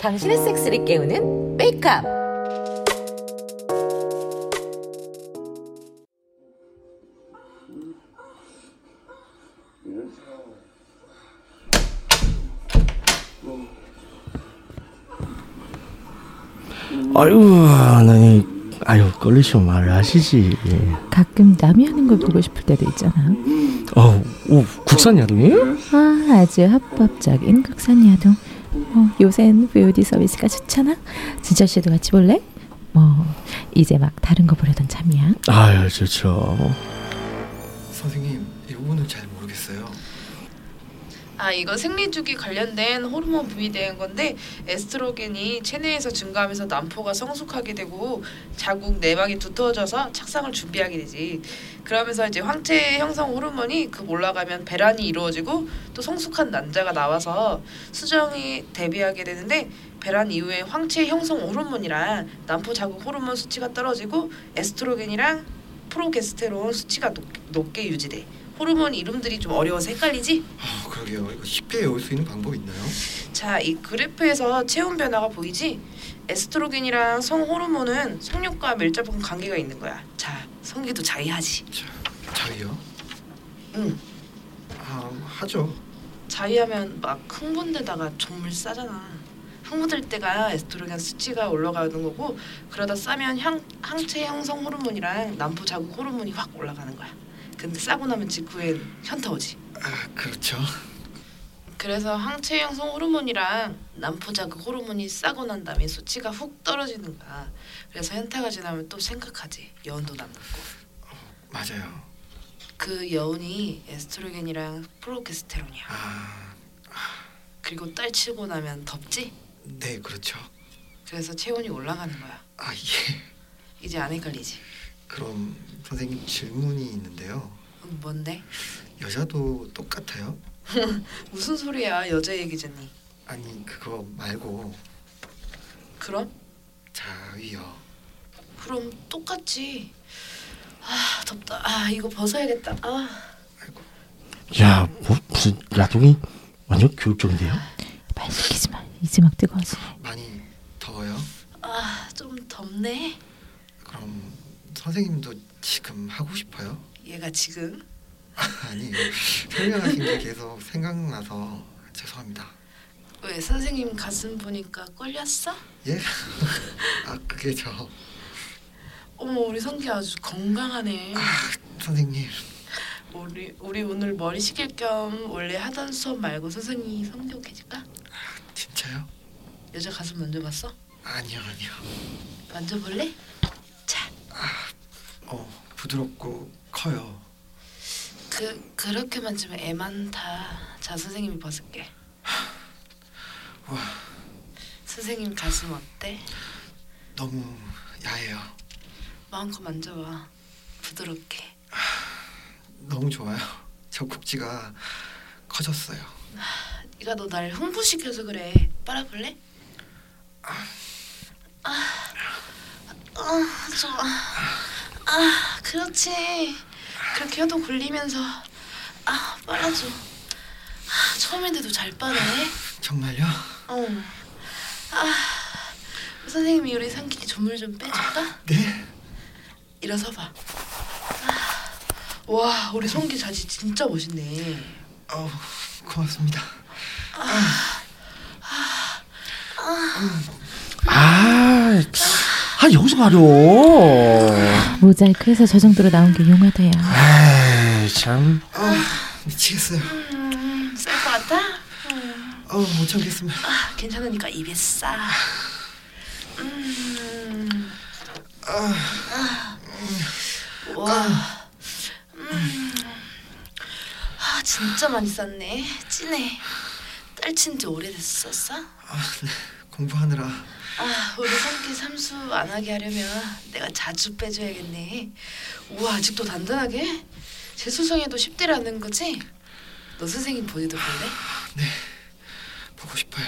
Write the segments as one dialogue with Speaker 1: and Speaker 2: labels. Speaker 1: 당신의 섹스를 깨우는 메이크업.
Speaker 2: 아유, 아니, 아유, 걸리시면 말하시지. 예.
Speaker 3: 가끔 남이 하는 걸 보고 싶을 때도 있잖아.
Speaker 2: 어, 오, 국산 야동이에요?
Speaker 3: 아, 아주 합법적인 극산 야동. 뭐 요새는 VOD 서비스가 좋잖아. 진철 씨도 같이 볼래? 뭐 이제 막 다른 거 보려던 참이야.
Speaker 2: 아유, 좋죠.
Speaker 4: 선생님, 이 부분은 잘 모르겠어요.
Speaker 5: 아 이거 생리 주기 관련된 호르몬 분비되는 건데 에스트로겐이 체내에서 증가하면서 난포가 성숙하게 되고 자궁 내막이 두터워져서 착상을 준비하게 되지. 그러면서 이제 황체 형성 호르몬이 급 올라가면 배란이 이루어지고 또 성숙한 난자가 나와서 수정이 대비하게 되는데 배란 이후에 황체 형성 호르몬이랑 난포 자궁 호르몬 수치가 떨어지고 에스트로겐이랑 프로게스테론 수치가 높, 높게 유지돼. 호르몬 이름들이 좀 어려워서 헷갈리지?
Speaker 4: 아, 그러게요. 이거 쉽게 외울 수 있는 방법 있나요?
Speaker 5: 자, 이 그래프에서 체온 변화가 보이지? 에스트로겐이랑 성 호르몬은 성욕과 밀접한 관계가 있는 거야. 자, 성기도 자위하지.
Speaker 4: 자, 자위요?
Speaker 5: 응.
Speaker 4: 아, 하죠.
Speaker 5: 자위하면 막 흥분되다가 정말 싸잖아. 흥분될 때가 에스트로겐 수치가 올라가는 거고 그러다 싸면 향, 항체 형성 호르몬이랑 난포 자극 호르몬이 확 올라가는 거야. 근데 싸고 나면 직후엔 현타 오지.
Speaker 4: 아, 그렇죠.
Speaker 5: 그래서 항체 형성 호르몬이랑 난포 자극 호르몬이 싸고 난 다음에 수치가 훅 떨어지는 거야. 그래서 현타가 지나면 또 생각하지. 여운도 남고.
Speaker 4: 맞아요.
Speaker 5: 그 여운이 에스트로겐이랑 프로게스테론이야.
Speaker 4: 아,
Speaker 5: 그리고 딸치고 나면 덥지?
Speaker 4: 네, 그렇죠.
Speaker 5: 그래서 체온이 올라가는 거야.
Speaker 4: 아, 예.
Speaker 5: 이제 안 헷갈리지?
Speaker 4: 그럼 선생님 질문이 있는데요.
Speaker 5: 응, 음, 뭔데?
Speaker 4: 여자도 똑같아요?
Speaker 5: 무슨 소리야 여자 얘기잖니.
Speaker 4: 아니, 그거 말고
Speaker 5: 그럼?
Speaker 4: 자위요.
Speaker 5: 그럼 똑같지. 아 덥다. 아 이거 벗어야겠다. 아
Speaker 4: 아이고,
Speaker 2: 야, 뭐, 무슨 야동이 완전 교육적인데요?
Speaker 3: 말 시키지 마. 이제 막 뜨거워지.
Speaker 4: 많이 더워요?
Speaker 5: 아, 좀 덥네.
Speaker 4: 그럼 선생님도 지금 하고 싶어요?
Speaker 5: 얘가 지금
Speaker 4: 아니 설명하신 게 계속 생각나서 죄송합니다.
Speaker 5: 왜 선생님 가슴 보니까 꼴렸어?
Speaker 4: 예? 아 그게 저
Speaker 5: 어머 우리 성기 아주 건강하네.
Speaker 4: 선생님
Speaker 5: 우리 우리 오늘 머리 식힐 겸 원래 하던 수업 말고 선생님 성격해질까?
Speaker 4: 진짜요?
Speaker 5: 여자 가슴 만져봤어?
Speaker 4: 아니요 아니요.
Speaker 5: 만져볼래? 자,
Speaker 4: 어 부드럽고 커요.
Speaker 5: 그 그렇게 만지면 애 많다. 자 선생님이 벗을게.
Speaker 4: 와
Speaker 5: 선생님 가슴 어때?
Speaker 4: 너무 야해요.
Speaker 5: 마음껏 만져봐. 부드럽게.
Speaker 4: 너무 좋아요. 저 국지가 커졌어요.
Speaker 5: 네가 너 날 흥분시켜서 그래. 빨아볼래? 아, 아, 좋아. 아, 그렇지. 그렇게 해도 굴리면서 아, 빨아줘. 아, 처음인데도 잘 빨아네.
Speaker 4: 정말요?
Speaker 5: 어. 아, 선생님이 우리 상기 조물 좀 빼줄까?
Speaker 4: 네?
Speaker 5: 일어서봐. 아, 와, 우리 성기 자지 진짜 멋있네.
Speaker 4: 어 고맙습니다.
Speaker 2: 아, 아, 여기서 가려.
Speaker 3: 모자이크해서 저 정도로 나온 게 용하다야.
Speaker 2: 에이, 참.
Speaker 4: 미치겠어요.
Speaker 5: 음, 쌀것 같아?
Speaker 4: 어 못 참겠습니다.
Speaker 5: 아, 괜찮으니까 입에 싸. 음. 아. 와. 음. 아, 진짜 많이 쌌네. 진해. 딸친 지 오래됐어, 싸?
Speaker 4: 아, 네. 공부하느라
Speaker 5: 아, 우리 성기 삼수 안 하게 하려면 내가 자주 빼줘야겠네. 우와, 아직도 단단하게? 재수성에도 10대라는 거지? 너 선생님 보내도 볼래?
Speaker 4: 보고 싶어요.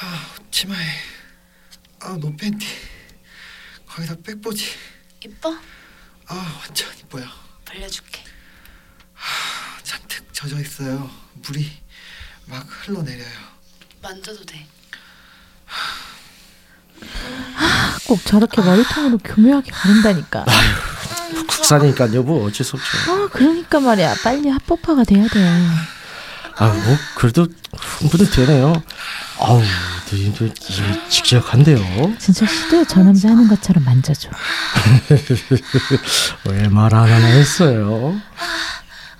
Speaker 4: 아 치마에 아노 팬티 거기다 백보지
Speaker 5: 이뻐?
Speaker 4: 아 완전 이뻐요.
Speaker 5: 벌려줄게.
Speaker 4: 아
Speaker 6: 젖어 있어요. 물이 막 흘러내려요.
Speaker 5: 만져도 돼.
Speaker 3: 아, 꼭 저렇게 머리통으로 교묘하게 바른다니까.
Speaker 2: 국산이니까 여보 뭐 어쩔 수 없죠.
Speaker 3: 아 그러니까 말이야 빨리 합법화가 돼야 돼.
Speaker 2: 아 뭐 그래도 흥분은 되네요. 아우 너희들 이미 직접한데요.
Speaker 3: 진철 씨도 저 남자 하는 것처럼 만져줘.
Speaker 2: 왜 말 안 하나 했어요.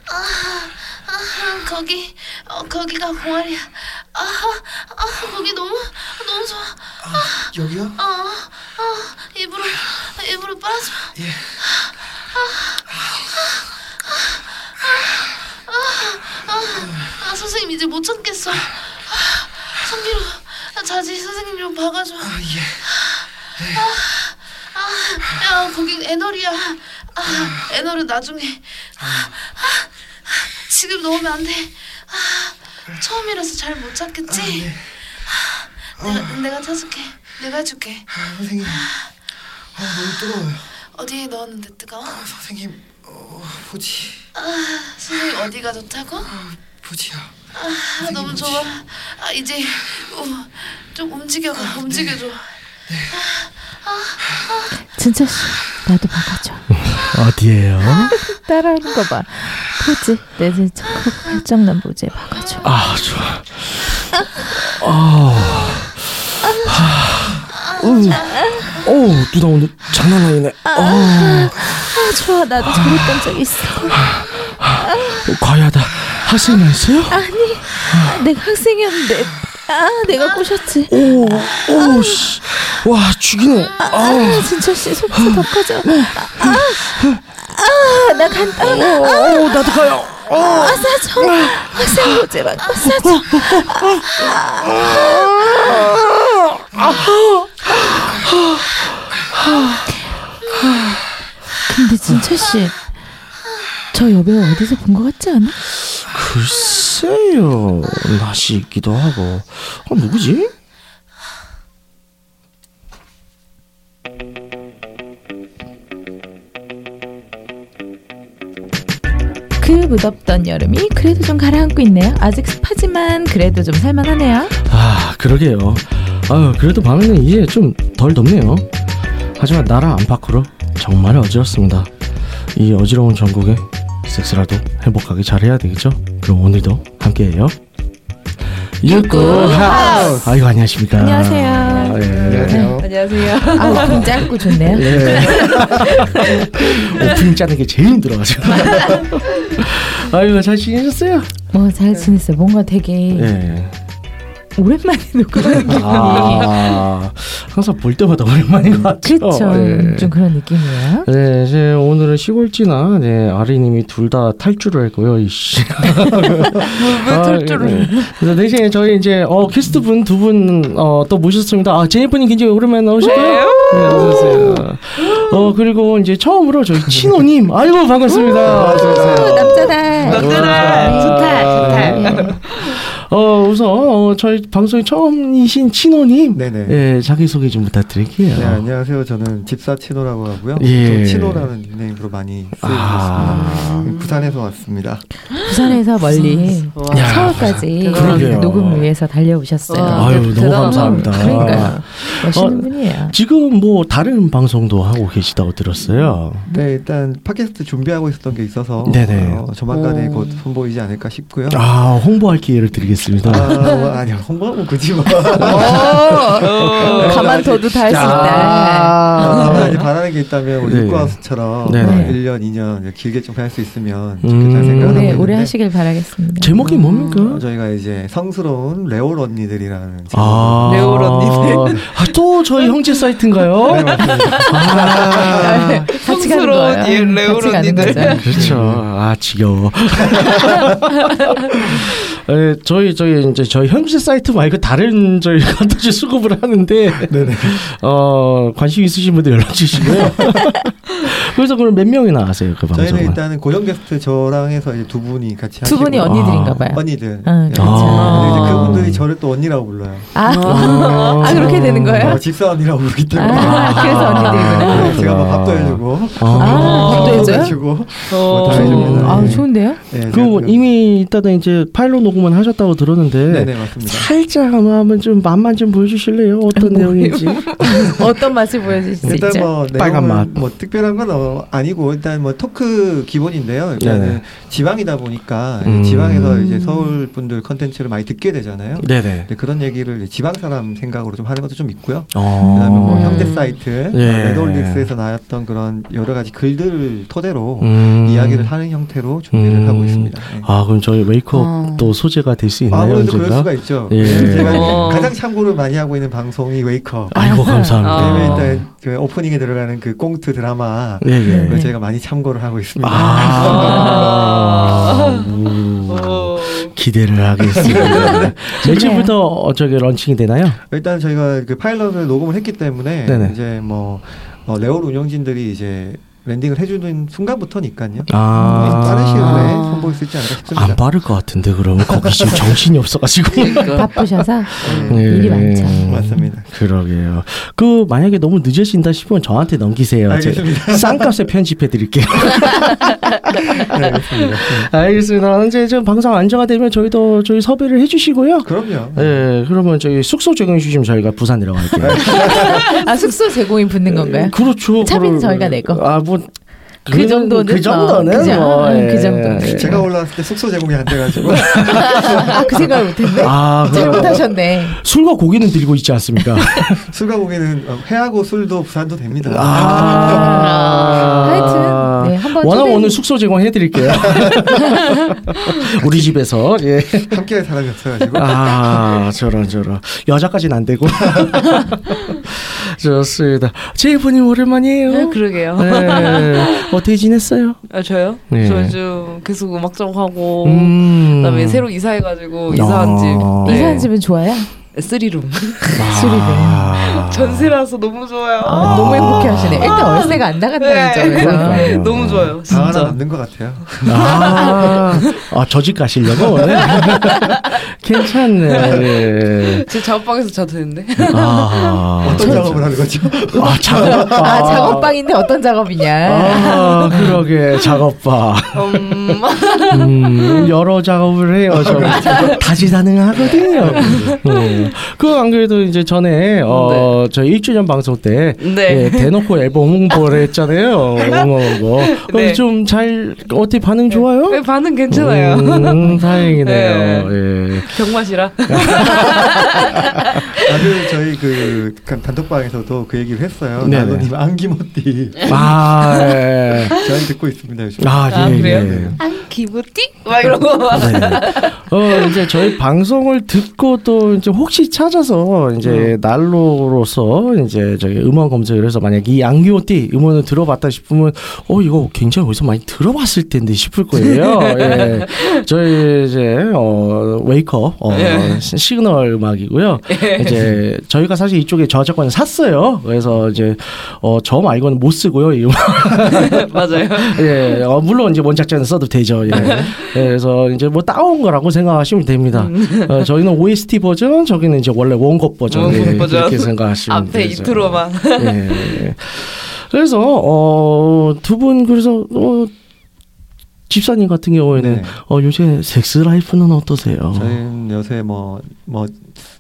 Speaker 7: 아, 거기 어, 거기가 공알이야. 아, 아 거기 너무 너무 좋아.
Speaker 6: 아, 여기요?
Speaker 7: 아, 아 입으로 입으로 빨아줘.
Speaker 6: 예.
Speaker 7: 아 선생님 이제 못 참겠어. 아, 선비로 아, 자지 선생님 좀 박아줘.
Speaker 6: 아, 예. 네.
Speaker 7: 아, 야 거긴 애널이야. 아 애널은 나중에. 아, 아, 지금 넣으면 안 돼. 아, 처음이라서 잘 못 찾겠지. 아,
Speaker 6: 아, 네.
Speaker 7: 내가, 내가 찾을게. 내가 해줄게.
Speaker 6: 아, 선생님. 아, 너무 뜨거워요.
Speaker 7: 어디에 넣었는데 뜨거워?
Speaker 6: 아, 선생님. 어, 보지.
Speaker 7: 아, 선생님 어디가 좋다고?
Speaker 6: 아, 보지요.
Speaker 7: 아, 너무 좋아. 아, 이제 우, 좀 움직여봐.
Speaker 6: 아, 네.
Speaker 7: 움직여줘.
Speaker 3: 진철 씨 나도 박아줘.
Speaker 2: 어디에요?
Speaker 3: 따라하는 거 봐. 보지 내 진짜 결정난 보지에 박아줘.
Speaker 2: 아 좋아. 아. 오, 오 누나 오늘 장난 아니네. 어,
Speaker 3: 아 좋아 나도 저랬던 적 있어.
Speaker 2: 과야다. 학생이었어요?
Speaker 3: 내가 학생이었는데 아 내가 꼬셨지.
Speaker 2: 오, 오, 씨. 와 죽이네.
Speaker 3: 아, 진철 씨 속도 더 커져. 아나 간다.
Speaker 2: 오, 오 어, 나도 가요. 어.
Speaker 3: 아 싸줘. 학생 보지 막 아, 싸줘. 근데 진철 씨. 저 여배우 어디서 본 것 같지 않아?
Speaker 2: 글쎄요, 나시기도 하고. 아 누구지?
Speaker 3: 그 무덥던 여름이 그래도 좀 가라앉고 있네요. 아직 습하지만 그래도 좀 살만하네요.
Speaker 2: 아 그러게요. 아유 그래도 밤에는 이제 좀 덜 덥네요. 하지만 나라 안팎으로 정말 어지럽습니다. 이 어지러운 전국에 섹스라도 행복하게 잘해야 되겠죠? 그럼 오늘도 함께해요. 유쿠하우스. 아이고 안녕하십니까.
Speaker 3: 안녕하세요.
Speaker 2: 아, 예.
Speaker 3: 안녕하세요. 아, 분 짧고 좋네요.
Speaker 2: 예. 오프닝 짜는 게 제일 힘들어가지고. 아이고 잘 지내셨어요?
Speaker 3: 뭐, 잘 지냈어요. 뭔가 되게
Speaker 2: 예.
Speaker 3: 오랜만에 녹음하는 기분이.
Speaker 2: 아, 항상 볼 때마다 오랜만인 것 같죠.
Speaker 3: 그쵸. 음,
Speaker 2: 예.
Speaker 3: 좀 그런 느낌이에요.
Speaker 2: 네, 이제 오늘은 시골지나 네, 아리님이 둘 다 탈주를 했고요. 이씨. 왜 탈주를? 그래서 대신에 저희 이제 어, 게스트 분두분어또 모셨습니다. 아 제이분이 굉장히 오랜만에 나오시고요. 네, 어서오세요. 어 그리고 이제 처음으로 저희 친호님, 아이고 반갑습니다. 어서오세요.
Speaker 3: 남자다. 네.
Speaker 2: 남자다. 아. 좋다,
Speaker 3: 좋다.
Speaker 2: 네. 어 우선 어, 저희 방송이 처음이신 친호님,
Speaker 4: 네네.
Speaker 2: 예 자기 소개 좀 부탁드릴게요.
Speaker 4: 네, 안녕하세요. 저는 집사 치노라고 하고요.
Speaker 2: 예.
Speaker 4: 좀 치노라는 닉네임으로 많이 쓰고
Speaker 2: 아.
Speaker 4: 있습니다. 부산에서 왔습니다.
Speaker 3: 부산에서 멀리
Speaker 2: 야,
Speaker 3: 서울까지
Speaker 2: 그러게요.
Speaker 3: 녹음을 위해서 달려오셨어요.
Speaker 2: 와, 아유, 너무
Speaker 3: 대단하다.
Speaker 2: 감사합니다.
Speaker 3: 그러니까요. 멋있는
Speaker 2: 어,
Speaker 3: 분이에요.
Speaker 2: 지금 뭐 다른 방송도 하고 계시다고 들었어요.
Speaker 4: 네, 일단 팟캐스트 준비하고 있었던 게 있어서
Speaker 2: 네네.
Speaker 4: 어, 조만간에 곧 선보이지 않을까 싶고요. 아.
Speaker 2: 아 홍보할 기회를 드리겠습니다.
Speaker 4: 뭐, 아니요 홍보하고 굳이 뭐
Speaker 2: 어.
Speaker 3: 어. 가만둬도 다 할
Speaker 4: 아,
Speaker 3: 수 있다.
Speaker 4: 아직 바라는 게 있다면 우리
Speaker 2: 네.
Speaker 4: 육과수처럼
Speaker 2: 네네.
Speaker 4: 1년 2년 길게 좀 할 수 있으면
Speaker 2: 음.
Speaker 4: 좋겠다는 생각을
Speaker 3: 네. 오래
Speaker 4: 하고
Speaker 3: 오래
Speaker 4: 있는데
Speaker 3: 하시길 바라겠습니다.
Speaker 2: 제목이 뭡니까?
Speaker 4: 어, 저희가 이제 성스러운 레올 언니들이라는
Speaker 2: 아,
Speaker 5: 레올 언니네.
Speaker 2: 아, 또 저희 형제 사이트인가요? 아,
Speaker 3: 같이 가는
Speaker 5: 성스러운
Speaker 3: 거예요.
Speaker 5: 예, 레오
Speaker 3: 같이 가는
Speaker 5: 언니들.
Speaker 3: 거죠.
Speaker 2: 그렇죠. 아, 지겨워. 에, 저희, 저희, 이제 저희 형제 사이트 말고 다른 저희 컨텐츠 수급을 하는데, 어, 관심 있으신 분들 연락 주시고요. 그래서 그럼 몇 명이나 하세요, 그 방송은?
Speaker 4: 저희는 일단은 고정 게스트 저랑 해서 이제 두 분이 같이
Speaker 3: 두 분이
Speaker 4: 하시고
Speaker 3: 뭐, 언니들인가 봐요.
Speaker 4: 언니들.
Speaker 3: 아,
Speaker 4: 예.
Speaker 3: 그렇죠.
Speaker 4: 근데
Speaker 2: 아.
Speaker 4: 이제 여성분들이 저를 또 언니라고 불러요.
Speaker 3: 아,
Speaker 2: 아.
Speaker 3: 아 그렇게 되는 거예요?
Speaker 4: 어, 집사 언니라고 부르기 때문에.
Speaker 3: 아, 그래서 언니들이구나.
Speaker 4: 네, 제가 막 밥도 해주고,
Speaker 3: 아, 밥도 해줘요?
Speaker 4: 주고. 뭐
Speaker 2: 어,
Speaker 4: 다 해줍니다.
Speaker 3: 아
Speaker 4: 네.
Speaker 3: 좋은데요?
Speaker 4: 네,
Speaker 2: 그리고
Speaker 4: 그래서-
Speaker 2: 이미 이따가 이제 파일럿 녹음은 하셨다고 들었는데
Speaker 4: 네네 맞습니다.
Speaker 2: 살짝 한번 좀 맛만 좀 보여주실래요? 어떤 내용인지.
Speaker 3: 어떤 맛을 보여줄 수
Speaker 4: 일단
Speaker 3: 있죠?
Speaker 4: 뭐
Speaker 2: 빨간
Speaker 4: 빨간
Speaker 2: 맛.
Speaker 4: 맛. 뭐 특별한 건 어, 아니고 일단 뭐 토크 기본인데요. 일단은
Speaker 2: 네네.
Speaker 4: 지방이다 보니까
Speaker 2: 음.
Speaker 4: 지방에서 이제 서울 분들 컨텐츠를 많이 듣게 되잖아요.
Speaker 2: 네네.
Speaker 4: 근데 그런 얘기를 이제 지방 사람 생각으로 좀 하는 것도 좀 있고요.
Speaker 2: 어.
Speaker 4: 그다음에 뭐
Speaker 3: 음.
Speaker 4: 형제 사이트,
Speaker 2: 예.
Speaker 4: 네덜릭스에서 나왔던 그런 여러 가지 글들을 토대로
Speaker 2: 음.
Speaker 4: 이야기를 하는 형태로 준비를
Speaker 2: 음.
Speaker 4: 하고 있습니다. 네.
Speaker 2: 아 그럼 저희 메이크업도 소재가 될 수 있나요?
Speaker 4: 아무래도 그럴
Speaker 2: 언젠가?
Speaker 4: 수가 있죠. 네,
Speaker 2: 예.
Speaker 4: 제가
Speaker 5: 어.
Speaker 4: 가장 참고를 많이 하고 있는 방송이 웨이크업.
Speaker 2: 아이고 감사합니다.
Speaker 5: 어.
Speaker 4: 왜냐면
Speaker 2: 네,
Speaker 4: 일단 그 오프닝에 들어가는 그 꽁트 드라마
Speaker 2: 예예. 네.
Speaker 4: 그걸 저희가 많이 참고를 하고 있습니다.
Speaker 2: 아. 오.
Speaker 5: 어.
Speaker 2: 기대를 하겠습니다. 며칠부터 어, 저기 런칭이 되나요?
Speaker 4: 일단 저희가 그 파일럿을 녹음을 했기 때문에
Speaker 2: 네네.
Speaker 4: 이제 뭐 어, 레올 운영진들이 이제 랜딩을 해주는 순간부터니까요.
Speaker 2: 아.
Speaker 4: 빠른 시일 내에 선보일 수 있지 않을까
Speaker 2: 안
Speaker 4: 싶습니다.
Speaker 2: 빠를 것 같은데 그러면 거기 지금 정신이 없어가지고.
Speaker 3: 바쁘셔서
Speaker 4: 네,
Speaker 3: 일이 많죠.
Speaker 2: 음.
Speaker 4: 맞습니다.
Speaker 2: 그러게요. 그 만약에 너무 늦으신다 싶으면 저한테 넘기세요.
Speaker 4: 알겠습니다.
Speaker 2: 제가 쌍값에 편집해 드릴게요.
Speaker 4: 네, 알겠습니다. 네.
Speaker 2: 알겠습니다. 언제 좀 방송 안정화되면 저희도 저희 섭외를 해주시고요.
Speaker 4: 그럼요.
Speaker 2: 예, 그러면 저희 숙소 제공해 주시면 저희가 부산 내려갈게요.
Speaker 3: 아 숙소 제공이 붙는
Speaker 4: 네.
Speaker 3: 건가요?
Speaker 2: 그렇죠.
Speaker 3: 차비는
Speaker 2: 그걸-
Speaker 3: 저희가 내고.
Speaker 2: 아, 뭐.
Speaker 3: 그 정도는
Speaker 2: 그 정도는
Speaker 3: 뭐, 그죠?
Speaker 2: 뭐,
Speaker 3: 응,
Speaker 2: 예.
Speaker 3: 그 정도는.
Speaker 4: 제가 올라왔을 때 숙소 제공이 안 돼가지고
Speaker 2: 네.
Speaker 3: 아그 생각을 못했네.
Speaker 2: 아, 그럼
Speaker 3: 잘못하셨네.
Speaker 2: 술과 고기는 들고 있지 않습니까?
Speaker 4: 술과 고기는 어, 회하고 술도 부산도 됩니다.
Speaker 2: 아.
Speaker 3: 하여튼, 네, 한번
Speaker 2: 워낙
Speaker 3: 초대해-
Speaker 2: 오늘 숙소 제공해 드릴게요. 우리 집에서 예.
Speaker 4: 그러니까 함께 할 사람이 없어가지고
Speaker 2: 아 저런 저런 여자까지는 안 되고 좋습니다 제이프님 오랜만이에요
Speaker 8: 네, 그러게요.
Speaker 2: 네. 어떻게 지냈어요?
Speaker 8: 아, 저요?
Speaker 2: 네.
Speaker 8: 저 요즘 계속 음악점
Speaker 3: 어,
Speaker 8: 하고
Speaker 2: 음.
Speaker 8: 그다음에 새로 이사해가지고
Speaker 2: 아.
Speaker 8: 이사한 집 네.
Speaker 3: 이사한 집은 좋아요.
Speaker 8: 쓰리룸
Speaker 2: 아.
Speaker 8: 전세라서 너무 좋아요.
Speaker 3: 아, 너무 행복해하시네. 일단 월세가 안 나간다는
Speaker 8: 네.
Speaker 3: 점에서.
Speaker 2: 그러니까요.
Speaker 8: 너무 좋아요.
Speaker 4: 방 하나
Speaker 8: 진짜.
Speaker 4: 남는 것 같아요.
Speaker 2: 아, 아, 저 집 가시려고? 원래? 괜찮네. 네.
Speaker 8: 제 작업방에서 자도 되는데.
Speaker 2: 아,
Speaker 4: 어떤 작업을 하는 거죠?
Speaker 2: 아, 작업방.
Speaker 3: 아 작업방인데 어떤 작업이냐.
Speaker 2: 아, 그러게, 작업방.
Speaker 8: 음,
Speaker 2: 음, 여러 작업을 해요. 저 다시다능하거든요. 네. 그안 그래도 이제 전에 어, 저희 1주년 방송 때
Speaker 8: 네.
Speaker 2: 예, 대놓고 앨범 홍보를 했잖아요. 응원하고.
Speaker 8: 네.
Speaker 2: 좀잘 어떻게 반응 좋아요?
Speaker 8: 네, 반응 괜찮아요.
Speaker 2: 음, 다행이네요. 예.
Speaker 8: 경마시라.
Speaker 4: 아주 저희 그 간- 단톡방에서도 그 얘기를 했어요.
Speaker 2: 네네.
Speaker 4: 나노님 안기모띠
Speaker 2: 아, 예.
Speaker 4: 저희 듣고 있습니다 요즘.
Speaker 2: 아, 예,
Speaker 8: 아, 그래요?
Speaker 2: 예.
Speaker 8: 안 기부띠? 막 이러고.
Speaker 2: 어, 이제 저희 방송을 듣고 또 이제 혹시 찾아서 이제 난로로서 이제 저기 음원 검색을 해서 만약 이 양기호띠 음원을 들어봤다 싶으면 어 이거 굉장히 어디서 많이 들어봤을 텐데 싶을 거예요. 예. 저희 이제 어 웨이커 어,
Speaker 8: 예.
Speaker 2: 시- 시그널 음악이고요. 이제 저희가 사실 이쪽에 저작권을 샀어요. 그래서 이제 어저 말고는 못 쓰고요. 이 음악.
Speaker 8: 맞아요.
Speaker 2: 예, 어, 물론 이제 원작자는 써도 되죠. 예.
Speaker 8: 네.
Speaker 2: 예, 그래서 이제 뭐 따온 거라고 생각하시면 됩니다. 어, 저희는 OST 버전, 저기는 이제 원래 원곡 버전,
Speaker 8: 음. 원곡
Speaker 2: 예,
Speaker 8: 버전.
Speaker 2: 그렇게 생각하시면
Speaker 8: 앞에
Speaker 2: 되죠.
Speaker 8: 인트로만.
Speaker 2: 예. 그래서 어, 두 분 그래서 어, 집사님 같은 경우에는
Speaker 4: 네.
Speaker 2: 어, 요새 섹스 라이프는 어떠세요?
Speaker 4: 저희는 요새 뭐 뭐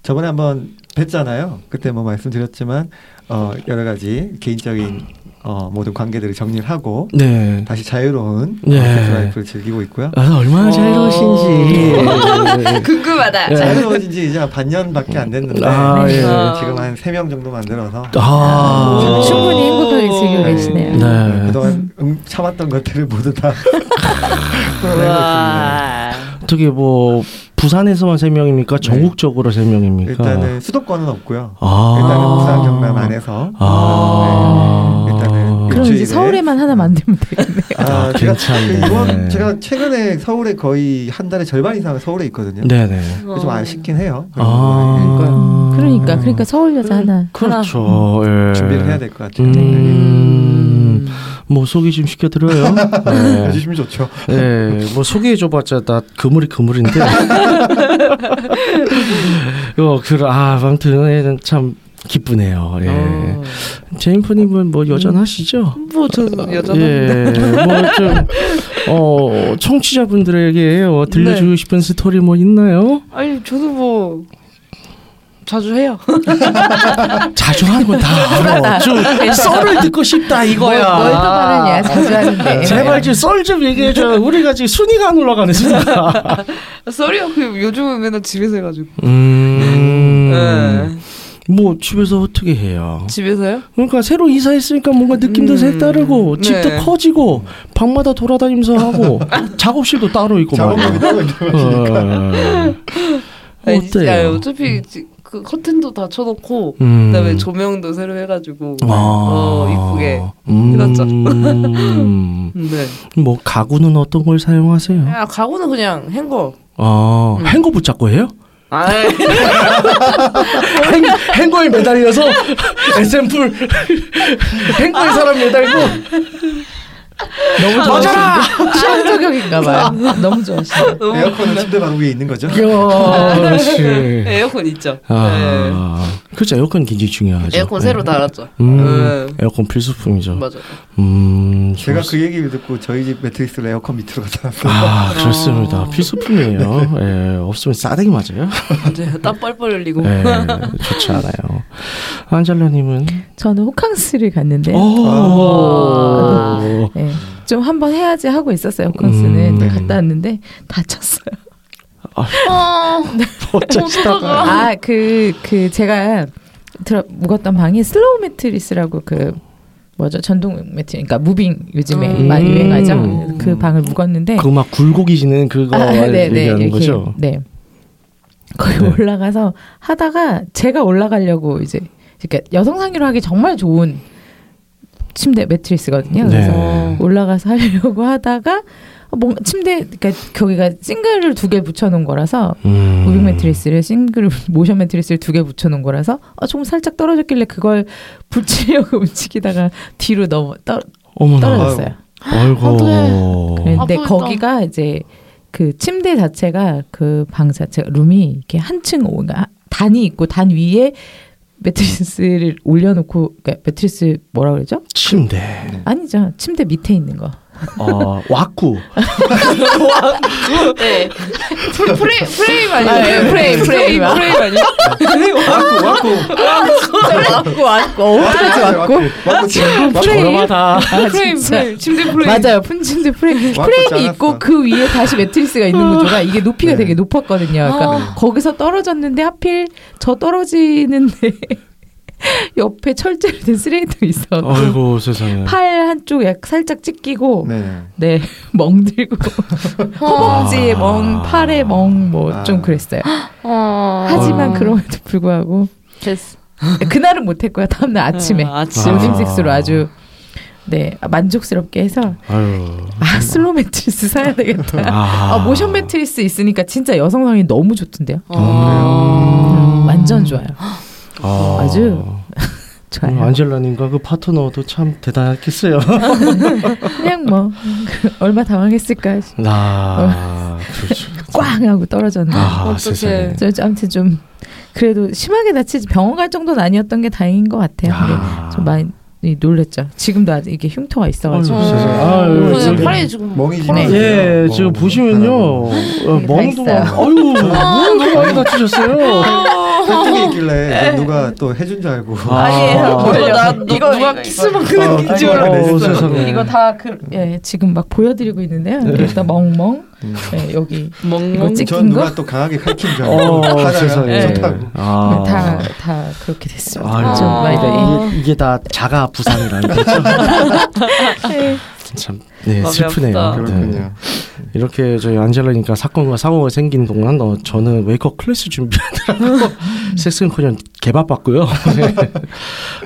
Speaker 4: 저번에 한번 뵀잖아요. 그때 뭐 말씀드렸지만 어, 여러 가지 개인적인 어, 모든 관계들을 정리를 하고
Speaker 2: 네.
Speaker 4: 다시 자유로운
Speaker 2: 네.
Speaker 4: 섹스 라이프를 즐기고 있고요.
Speaker 2: 아, 얼마나
Speaker 8: 어.
Speaker 2: 자유로우신지. 예.
Speaker 8: 궁금하다.
Speaker 2: 예.
Speaker 4: 자유로워진 지 이제 한 반년밖에 안 됐는데 네,
Speaker 2: 아, 예.
Speaker 4: 지금 한 세 명 정도 만들어서
Speaker 2: 아.
Speaker 3: 충분히 행복하게 즐기고 계시네요.
Speaker 2: 네.
Speaker 4: 그동안 음, 참았던 것들을 모두 다
Speaker 2: 네,
Speaker 8: 우와.
Speaker 2: 어떻게 뭐 부산에서만 세 명입니까? 전국적으로 세 명입니까?
Speaker 4: 네. 일단은 수도권은 없고요.
Speaker 2: 아.
Speaker 4: 일단은 부산 경남 안에서
Speaker 2: 아.
Speaker 4: 네, 일단은
Speaker 3: 그럼 이제
Speaker 4: 일주일에.
Speaker 3: 서울에만 하나 만들면 되겠네.
Speaker 4: 아,
Speaker 2: 아,
Speaker 4: 제가
Speaker 2: 괜찮네.
Speaker 4: 그 이번 제가 최근에 서울에 거의 한 달에 절반 이상 서울에 있거든요.
Speaker 2: 네네.
Speaker 4: 그게 좀 아쉽긴 해요. 네.
Speaker 2: 아.
Speaker 3: 그러니까 그러니까 서울 여자 하나. 음.
Speaker 2: 그렇죠. 예.
Speaker 4: 네. 준비를 해야 될 것 같아요.
Speaker 2: 음. 뭐 소개 좀 시켜드려요. 네.
Speaker 4: 해주시면 좋죠.
Speaker 2: 예, 뭐 소개해줘봤자 나 그물이 그물인데. 어, 그, 아, 아무튼 얘는 참 기쁘네요. 예.
Speaker 3: 어.
Speaker 2: 제인프님은 뭐 여전하시죠?
Speaker 8: 어. 뭐저 여자는
Speaker 2: 예, 뭐 좀, 어, 청취자분들에게 어, 들려주고 싶은 스토리 뭐 있나요?
Speaker 8: 아니 저도 뭐 자주 해요.
Speaker 2: 자주 하는 건 다 알아. 좀 썰을 듣고 싶다 이거야. 아,
Speaker 3: 뭘또 바르냐 자주 하는데.
Speaker 2: 제발 좀썰 좀 얘기해줘요. 우리가 지금 순위가 안 올라가네, 순위가.
Speaker 8: 썰이요 그 요즘은 맨날 집에서 해가지고.
Speaker 2: 음.
Speaker 8: 네.
Speaker 2: 뭐 집에서 어떻게 해요?
Speaker 8: 집에서요?
Speaker 2: 그러니까 새로 이사했으니까 뭔가 느낌도
Speaker 8: 음.
Speaker 2: 색다르고
Speaker 8: 네.
Speaker 2: 집도 커지고 방마다 돌아다니면서 하고 작업실도 따로 있고
Speaker 4: 작업감이
Speaker 2: 말이야.
Speaker 4: 따로 있는 거
Speaker 2: 어.
Speaker 8: 아니, 진짜
Speaker 2: 어때요?
Speaker 8: 어차피 지- 그 커튼도 다 쳐놓고
Speaker 2: 음. 아.
Speaker 8: 그다음에 조명도 새로 해가지고
Speaker 2: 와.
Speaker 8: 어 이쁘게. 해놨죠.
Speaker 2: 음.
Speaker 8: 네.
Speaker 2: 뭐 가구는 어떤 걸 사용하세요?
Speaker 8: 아 가구는 그냥 행거.
Speaker 2: 아,
Speaker 8: 음.
Speaker 2: 행거 붙잡고 해요?
Speaker 8: 아
Speaker 2: 행, 행거에 매달려서 에센풀 행거에 사람 매달고
Speaker 3: 너무
Speaker 2: 맞아라!
Speaker 3: 시원저격인가 봐요. 너무 좋아하시네.
Speaker 4: 에어컨은 침대 바로 위에 있는 거죠.
Speaker 8: 아.
Speaker 2: 그렇지.
Speaker 8: 에어컨 있죠. 네.
Speaker 2: 아, 그렇죠. 에어컨 굉장히 중요하죠.
Speaker 8: 에어컨
Speaker 2: 네.
Speaker 8: 새로 달았죠.
Speaker 2: 음,
Speaker 8: 네.
Speaker 2: 에어컨 필수품이죠.
Speaker 8: 맞아.
Speaker 2: 음,
Speaker 4: 제가
Speaker 2: 좋습-
Speaker 4: 그 얘기를 듣고 저희 집 매트리스를 에어컨 밑으로 갖다 놨어요.
Speaker 2: 아, 그렇습니다.
Speaker 8: 네.
Speaker 2: 필수품이에요. 예, 없으면 싸대기 맞아요.
Speaker 8: 맞아요. 땀 뻘뻘 흘리고.
Speaker 2: 예, 좋지 않아요. 안젤라님은?
Speaker 3: 저는 호캉스를 갔는데
Speaker 2: 어? 오,
Speaker 3: 예, 좀 한번 해야지 하고 있었어요. 호캉스는
Speaker 2: 음, 네.
Speaker 3: 갔다 왔는데 다쳤어요.
Speaker 2: 멋지다가.
Speaker 3: 아 그 그 제가 들어 묵었던 방이 슬로우 매트리스라고 그 뭐죠 전동 매트 그러니까 무빙 요즘에
Speaker 8: 음.
Speaker 3: 많이 유행하죠
Speaker 2: 음.
Speaker 3: 그 방을 묵었는데
Speaker 2: 그막 굴곡이 지는 그거
Speaker 3: 아, 네, 네,
Speaker 2: 얘기하는 거죠?
Speaker 3: 네 거기
Speaker 2: 네.
Speaker 3: 올라가서 하다가 제가 올라가려고 이제 그러니까 여성 상의로 하기 정말 좋은 침대 매트리스거든요 그래서
Speaker 2: 네.
Speaker 3: 올라가서 하려고 하다가 뭔가 침대 그러니까 거기가 싱글을 두 개 붙여놓은 거라서
Speaker 2: 음.
Speaker 3: 무빙 매트리스를 싱글 모션 매트리스를 두 개 붙여놓은 거라서 아, 조금 살짝 떨어졌길래 그걸 붙이려고 움직이다가 뒤로 넘어 떠,
Speaker 2: 어머나.
Speaker 3: 떨어졌어요.
Speaker 2: 아이고.
Speaker 3: 네, 근데
Speaker 7: 아프겠다. 그러니까.
Speaker 3: 거기가 이제 그 침대 자체가 그 방 자체가 룸이 이렇게 한층 그러니까 단이 있고 단 위에 매트리스를 올려놓고 그러니까 매트리스 뭐라 그러죠?
Speaker 2: 침대.
Speaker 3: 아니죠 침대 밑에 있는 거.
Speaker 2: 어, 와꾸.
Speaker 8: 네.
Speaker 7: 프레 프레임 아니야?
Speaker 3: 아, 예, 프레임,
Speaker 8: 프레임
Speaker 3: 프레임.
Speaker 8: 프레임 아니야?
Speaker 4: 왔고
Speaker 3: 왔고
Speaker 4: 왔고
Speaker 3: 왔고
Speaker 7: 아,
Speaker 3: 어디까지
Speaker 4: 아, 네,
Speaker 3: 왔고?
Speaker 4: 왔고 지금
Speaker 2: 저렴하다.
Speaker 3: 아,
Speaker 8: 아, 프레임
Speaker 3: 뭐 진짜.
Speaker 8: 프레임 침대 프레임.
Speaker 3: 맞아요. 푼침대 프레임.
Speaker 4: 와꾸지
Speaker 3: 프레임이
Speaker 4: 않았어.
Speaker 3: 있고 그 위에 다시 매트리스가 있는
Speaker 8: 어.
Speaker 3: 구조가 이게 높이가
Speaker 4: 네.
Speaker 3: 되게 높았거든요. 그러니까 거기서 떨어졌는데 하필 저 떨어지는데 옆에 철제로 된 쓰레기통이 있어.
Speaker 2: 아이고 세상에.
Speaker 3: 팔 한쪽 약 살짝 찢기고 네,
Speaker 4: 네.
Speaker 3: 멍들고 허벅지에
Speaker 2: 아.
Speaker 3: 멍, 팔에 멍 뭐 좀
Speaker 4: 아.
Speaker 3: 그랬어요.
Speaker 7: 어.
Speaker 3: 하지만 그럼에도 불구하고
Speaker 7: 됐어.
Speaker 3: 그날은 못했고요. 다음날 아침에
Speaker 8: 아, 아침.
Speaker 2: 아.
Speaker 3: 요즘색으로 아주 네 만족스럽게 해서
Speaker 2: 아유.
Speaker 3: 아 슬로 매트리스 사야 되겠다. 아, 모션 매트리스 있으니까 진짜 여성성이 너무 좋던데요.
Speaker 8: 아.
Speaker 3: 음, 완전 좋아요.
Speaker 2: 아.
Speaker 3: 아주
Speaker 2: 음,
Speaker 3: 좋아요.
Speaker 2: 안젤라님과 그 파트너도 참 대단했겠어요.
Speaker 3: 그냥 뭐 얼마 당황했을까 싶-
Speaker 2: 아, 그렇죠.
Speaker 3: 꽝 하고 떨어졌는데.
Speaker 2: 아,
Speaker 8: 어떡해.
Speaker 2: 세상에.
Speaker 3: 저, 저 아무튼 좀 그래도 심하게 다치지 병원 갈 정도는 아니었던 게 다행인 것 같아요.
Speaker 2: 아.
Speaker 3: 근데 좀 많이 놀랬죠. 지금도 아직 이게 흉터가 있어가지고.
Speaker 2: 아유, 세상에. 아유,
Speaker 7: 그냥
Speaker 2: 세상에.
Speaker 7: 팔이 지금
Speaker 4: 멍이지.
Speaker 7: 네.
Speaker 2: 예,
Speaker 4: 어,
Speaker 2: 지금 보시면요, 어,
Speaker 3: 다
Speaker 2: 멍도
Speaker 3: 있어요.
Speaker 2: 많고, 아유, 뭐 이렇게 많이 다치셨어요?
Speaker 4: 뜬금이 있길래 누가 또 해준 줄 알고
Speaker 2: 아.
Speaker 8: 어, 이거 나
Speaker 3: 이거,
Speaker 8: 이거 누가
Speaker 3: 이거,
Speaker 8: 키스 막
Speaker 4: 어,
Speaker 8: 끊는 줄 알아.
Speaker 2: 어,
Speaker 4: 알았어요.
Speaker 2: 세상에.
Speaker 3: 이거 다 그, 예, 지금 막 보여드리고 있는데요. 일단 멍멍
Speaker 4: 음.
Speaker 3: 예, 여기
Speaker 8: 멍멍.
Speaker 3: 네. 이거 찍-
Speaker 4: 어, 전 누가 또 강하게 칼킨 줄 알고
Speaker 2: 어, 세상에.
Speaker 4: 하다가 좋다고
Speaker 2: 아.
Speaker 3: 다 다 그렇게 됐습니다.
Speaker 2: 아유,
Speaker 3: 좀 많이 다-
Speaker 2: 이게, 이게 다 자가 부상이라는 거죠. 참, 네,
Speaker 8: 마음이
Speaker 2: 슬프네요.
Speaker 8: 아프다.
Speaker 2: 네.
Speaker 4: 그렇군요.
Speaker 2: 이렇게 저희 안젤라니까 사건과 사고가 생기는 동안 어, 저는 웨이크업 클래스 준비하느라고 섹스앤코년 개바빴고요. 네.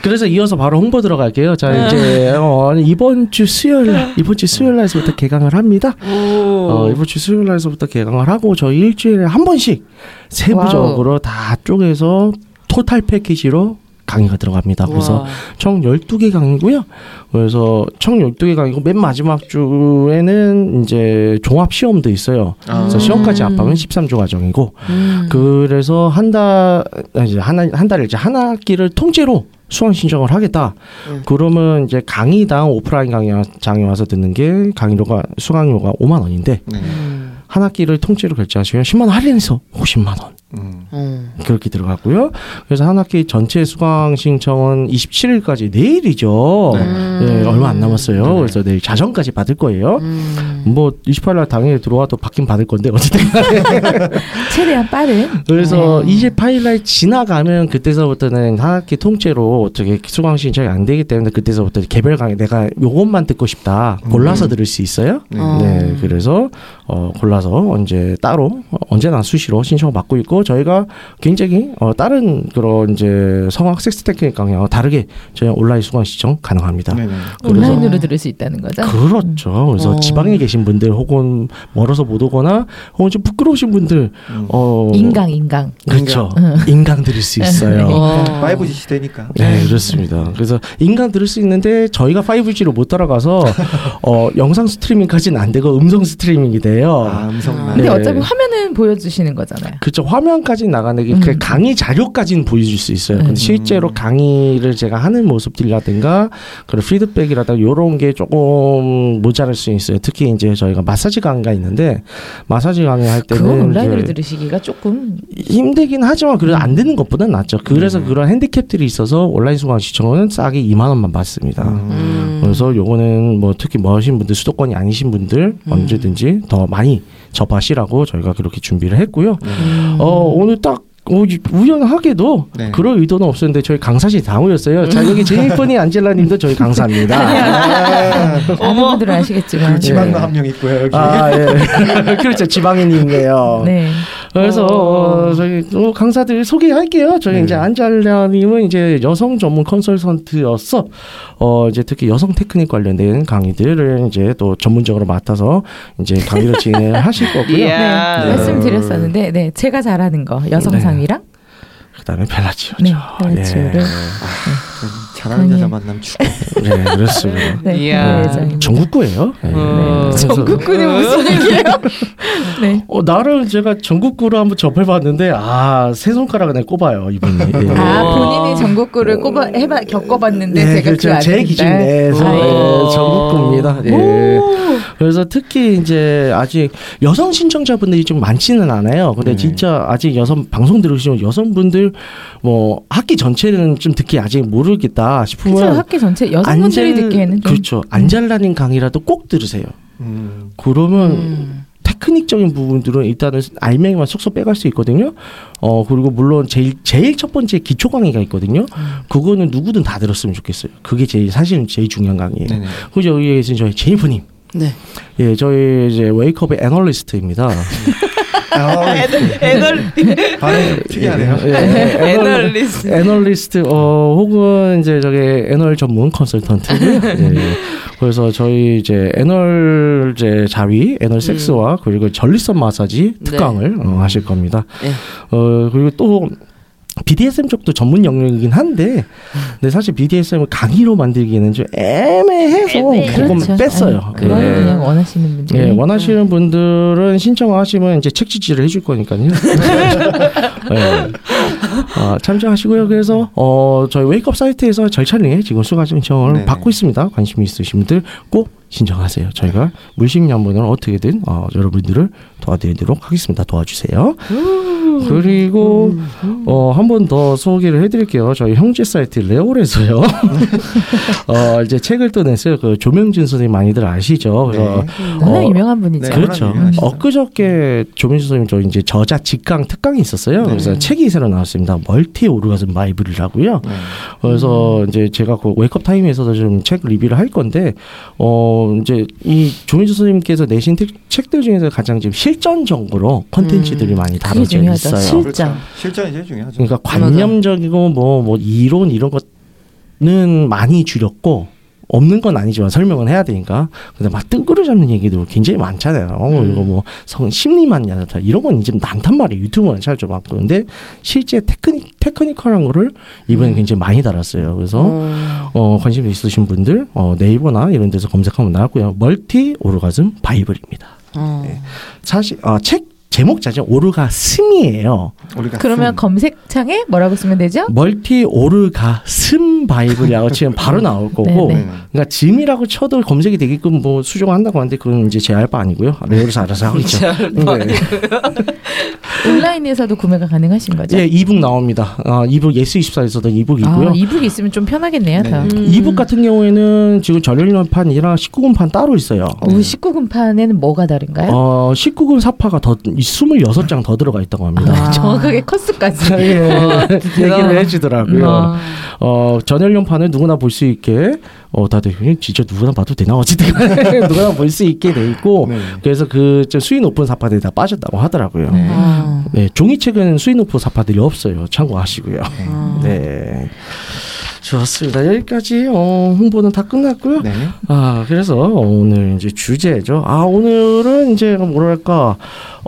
Speaker 2: 그래서 이어서 바로 홍보 들어갈게요.
Speaker 8: 네.
Speaker 2: 자 이제 어, 이번 주 수요일 날, 이번 주 수요일 날서부터 개강을 합니다. 어, 이번 주 수요일 날서부터 개강을 하고 저희 일주일에 한 번씩 세부적으로 다 쪼개서 토탈 패키지로 강의가 들어갑니다. 그래서
Speaker 8: 우와.
Speaker 2: 총 12개 강의고요. 그래서 총 12개 강의고 맨 마지막 주에는 이제 종합 시험도 있어요.
Speaker 4: 아.
Speaker 2: 그래서 시험까지 압박은 13주 과정이고
Speaker 8: 음.
Speaker 2: 그래서 한달 아, 이제 하나 한 달에 이제 한 학기를 통째로 수강 신청을 하겠다.
Speaker 4: 예.
Speaker 2: 그러면 이제 강의당 오프라인 강의장에 와서 듣는 게 강의료가 수강료가 5만 원인데
Speaker 4: 네.
Speaker 2: 한 학기를 통째로 결제하시면 10만 원 할인해서 50만 원
Speaker 4: 음.
Speaker 8: 음.
Speaker 2: 그렇게 들어갔고요. 그래서 한 학기 전체 수강 신청은 27일까지 내일이죠.
Speaker 4: 네.
Speaker 2: 예, 얼마 안 남았어요. 그래서 내일 자정까지 받을 거예요. 뭐 28일 당일 들어와도 받긴 받을 건데 어쨌든
Speaker 3: 최대한 빠른.
Speaker 2: 그래서 28일 날 지나가면 그때서부터는 한 학기 통째로 어떻게 수강 신청이 안 되기 때문에 그때서부터 개별 강의 내가 요것만 듣고 싶다 골라서 들을 수 있어요.
Speaker 4: 네.
Speaker 8: 어.
Speaker 2: 네, 그래서 어, 골라서 언제 따로 어, 언제나 수시로 신청을 받고 있고 저희가 굉장히 어, 다른 그런 이제 성악 섹스 테크닉 강의와 다르게 저희 온라인 수강 신청 가능합니다.
Speaker 4: 네. 네.
Speaker 2: 그래서-
Speaker 3: 온라인으로 들을 수 있다는 거죠.
Speaker 2: 그렇죠. 그래서
Speaker 8: 어.
Speaker 2: 지방에 계신 분들 혹은 멀어서 못 오거나 혹은 좀 부끄러우신 분들
Speaker 4: 음.
Speaker 2: 어
Speaker 3: 인강 인강.
Speaker 2: 그렇죠. 인강 들을 수 있어요.
Speaker 8: 어.
Speaker 4: 5G 시대니까.
Speaker 2: 네, 그렇습니다. 그래서 인간 들을 수 있는데 저희가 5G로 못 따라가서 어, 영상 스트리밍까지는 안 되고 음성 스트리밍이 돼요.
Speaker 4: 아, 음성만.
Speaker 3: 근데
Speaker 2: 어. 네.
Speaker 3: 어차피 화면은 보여주시는 거잖아요.
Speaker 2: 그쵸 화면까지 나가는 게 그
Speaker 3: 음.
Speaker 2: 강의 자료까지는 보여줄 수 있어요. 근데
Speaker 3: 음.
Speaker 2: 실제로 강의를 제가 하는 모습들이라든가 그런 피드백이라든가 요런 게 조금 모자랄 수 있어요. 특히 이제 저희가 마사지 강의가 있는데 마사지 강의 할 때는
Speaker 3: 그건 온라인으로 음.
Speaker 2: 이제
Speaker 3: 들으시기가 조금
Speaker 2: 힘들긴 하지만 그래도 안 되는 것보다는 낫죠.
Speaker 3: 음.
Speaker 2: 그래서 그런 핸디캡들이 있어서 온라인 수강 시청은 싸게 2만 원만 받습니다.
Speaker 3: 음.
Speaker 4: 음.
Speaker 2: 그래서 요거는 뭐 특히 머신 분들 수도권이 아니신 분들
Speaker 4: 음.
Speaker 2: 언제든지 더 많이 접하시라고 저희가 그렇게 준비를 했고요. 어 오늘 딱 우- 우연하게도
Speaker 4: 음. 네.
Speaker 2: 그럴 의도는 없었는데 저희 강사실 다 모였어요. 자 여기 제일 뻔히 안젤라님도 저희
Speaker 4: 네,
Speaker 2: 강사입니다.
Speaker 3: 아는 분들은 아시겠지만.
Speaker 2: 그렇죠.
Speaker 4: 지방도 한명 있고요. 여기.
Speaker 2: 아 예, 그렇죠 지방인이네요.
Speaker 3: 네.
Speaker 2: 그래서
Speaker 8: 어.
Speaker 2: 어, 저희 또 강사들 소개할게요. 저희
Speaker 4: 네.
Speaker 2: 이제 안젤라님은 이제 여성 전문 컨설턴트였어. 어 이제 특히 여성 테크닉 관련된 강의들을 이제 또 전문적으로 맡아서 이제 강의를 진행하실 거고요.
Speaker 3: 네, 말씀드렸었는데, 네, 제가 잘하는 거 여성상이랑
Speaker 2: 그다음에 벨라치오죠. 예.
Speaker 3: 네, 벨라치오를.
Speaker 4: 잘하는
Speaker 3: 강의.
Speaker 4: 여자 만남 추구.
Speaker 2: 예. 네, 그렇습니다.
Speaker 3: 네,
Speaker 8: 이야.
Speaker 3: 네, 예정입니다.
Speaker 2: 전국구예요. 예.
Speaker 8: 어.
Speaker 2: 그래서
Speaker 3: 전국군이 무슨 얘기예요? 네.
Speaker 2: 어, 나름 제가 전국구를 한번 접해봤는데 아세 손가락 안에 꼽아요 이분이. 예.
Speaker 3: 아 본인이 전국구를 꼽아 해봐 겪어봤는데
Speaker 2: 어. 네,
Speaker 3: 제가 그 안에
Speaker 2: 제 기준 내에서
Speaker 8: 아,
Speaker 2: 예,
Speaker 8: 예.
Speaker 2: 전국구입니다. 예. 그래서 특히 이제 아직 여성 신청자분들이 좀 많지는 않아요. 근데
Speaker 4: 네.
Speaker 2: 진짜 아직 여성 방송 들으시는 여성분들 뭐 학기 전체는 좀 듣기 아직 모르겠다 싶으면
Speaker 3: 그죠 학교 전체 여성분들이 듣기에는 좀
Speaker 2: 그렇죠 안잘라닌 강의라도 꼭 들으세요.
Speaker 4: 음.
Speaker 2: 그러면 테크닉적인 부분들은 일단은 알맹이만 숙소 빼갈 수 있거든요. 어 그리고 물론 제일 제일 첫 번째 기초 강의가 있거든요. 그거는 누구든 다 들었으면 좋겠어요. 그게 제일 사실은 제일 중요한 강의예요.
Speaker 4: 네네.
Speaker 2: 그죠 여기 계신 저희 제이프님.
Speaker 8: 네.
Speaker 2: 예, 저희 이제 웨이크업의 애널리스트입니다.
Speaker 4: 아,
Speaker 8: 애널
Speaker 4: 반응이 좀 특이하네요.
Speaker 2: 예, 예, 애널-
Speaker 8: 애널리스.
Speaker 2: 애널리스트 어 혹은 이제 저기 애널 전문 컨설턴트. 예, 예. 그래서 저희 이제 애널 이제 자위, 애널 섹스와 그리고 전립선 마사지
Speaker 8: 네.
Speaker 2: 특강을 어, 하실 겁니다.
Speaker 8: 네.
Speaker 2: 어 그리고 또 BDSM 쪽도 전문 영역이긴 한데, 근데 사실 BDSM을 강의로 만들기는 좀 애매해서 조금
Speaker 3: 그렇죠.
Speaker 2: 뺐어요.
Speaker 3: 아니, 그건
Speaker 2: 예.
Speaker 3: 그냥 원하시는 분들이
Speaker 2: 예, 원하시는 분들은 신청하시면 이제 책지지를 해줄 거니까요. 예. 아, 참조하시고요. 그래서 어, 저희 웨이크업 사이트에서 절차리에 지금 수강 신청을
Speaker 4: 네네.
Speaker 2: 받고 있습니다. 관심 있으신 분들 꼭 신청하세요. 저희가 물심양분을 어떻게든 어, 여러분들을 도와드리도록 하겠습니다. 도와주세요. 그리고 어, 한 번 더 소개를 해드릴게요. 저희 형제 사이트 레올에서요. 어, 이제 책을 또 냈어요. 그 조명진 선생님 많이들 아시죠? 그래서
Speaker 4: 네.
Speaker 3: 워낙
Speaker 2: 어,
Speaker 3: 유명한 분이죠.
Speaker 4: 네,
Speaker 2: 그렇죠.
Speaker 4: 워낙 유명하시죠.
Speaker 2: 엊그저께 조민수 선생님 저 이제 저자 직강 특강이 있었어요.
Speaker 3: 네.
Speaker 2: 그래서 책이 새로 나왔습니다. 멀티 오르가즘 바이블이라고요.
Speaker 4: 네.
Speaker 2: 그래서
Speaker 3: 음.
Speaker 2: 이제 제가 그 웨이크업 타임에서도 좀 책 리뷰를 할 건데 어 이제 이 조민수 선생님께서 내신 책- 책들 중에서 가장 지금 실전적으로 컨텐츠들이 많이
Speaker 3: 음. 그게
Speaker 2: 다뤄져
Speaker 3: 중요하죠.
Speaker 2: 있어요.
Speaker 3: 실-
Speaker 4: 그렇죠.
Speaker 3: 진짜.
Speaker 4: 실전이 제일 중요하죠. 네,
Speaker 2: 그러니까 관념적이고 뭐 뭐 이론 이런 것는 많이 줄였고 없는 건 아니지만 설명은 해야 되니까. 근데 막 뜬구를 잡는 얘기도 굉장히 많잖아요. 어,
Speaker 4: 음.
Speaker 2: 이거 뭐 성, 심리만 야다 이런 건 이제 많단 말이에요. 유튜브는 찾아봤고 근데 실제 테크닉 테크니컬한 거를
Speaker 4: 음.
Speaker 2: 이번에 굉장히 많이 달았어요. 그래서 어, 관심 있으신 분들 어, 네이버나 이런 데서 검색하면 나왔고요. 멀티 오르가즘 바이블입니다. 네.
Speaker 9: 어.
Speaker 2: 사실 어, 책 제목 자체 오르가슴이에요.
Speaker 4: 우리가
Speaker 2: 음.
Speaker 3: 그러면 검색창에 뭐라고 쓰면 되죠?
Speaker 2: 멀티 오르가슴 바이블이라고 치면 바로 나올 거고
Speaker 3: 네, 네.
Speaker 2: 그러니까 짐이라고 쳐도 검색이 되게끔 뭐 수정한다고 하는데 그건 이제 제 알바 아니고요. 레오에서 알아서 하고 있죠. 네.
Speaker 3: 온라인에서도 구매가 가능하신 거죠?
Speaker 2: 예, 이북 나옵니다. 아, 이북 예스 24에서도 이북이고요. 음.
Speaker 3: 아, 이북이 음. 있으면 좀 편하겠네요, 다.
Speaker 8: 음.
Speaker 4: 네.
Speaker 2: 이북 같은 경우에는 지금 전륜판이랑 19금판 따로 있어요.
Speaker 3: 오, 19금판에는 뭐가 다른가요?
Speaker 2: 어, 19금 사파가 더 26장 더 들어가 있다고 합니다.
Speaker 3: 아, 정확하게 커스까지.
Speaker 2: 예, 얘기를
Speaker 9: 어, 대단하다.
Speaker 2: 해주더라고요.
Speaker 3: 아.
Speaker 2: 어, 전연령판을 누구나 볼 수 있게, 어, 다들, 그냥 진짜 누구나 봐도 되나? 어쨌든 간에 누구나 볼 수 있게 돼 있고,
Speaker 4: 네.
Speaker 2: 그래서 그, 좀 수위 높은 사파들이 다 빠졌다고 하더라고요. 네.
Speaker 9: 아.
Speaker 2: 종이책은 수위 높은 사파들이 없어요. 참고하시고요.
Speaker 9: 아.
Speaker 2: 네. 좋습니다. 여기까지, 어, 홍보는 다 끝났고요.
Speaker 4: 네.
Speaker 2: 아, 그래서 오늘 이제 주제죠. 아, 오늘은 이제 뭐랄까,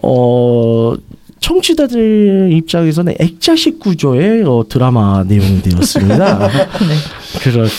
Speaker 2: 어, 청취자들 입장에서는 액자식 구조의 어, 드라마 내용이 되었습니다. 그렇죠.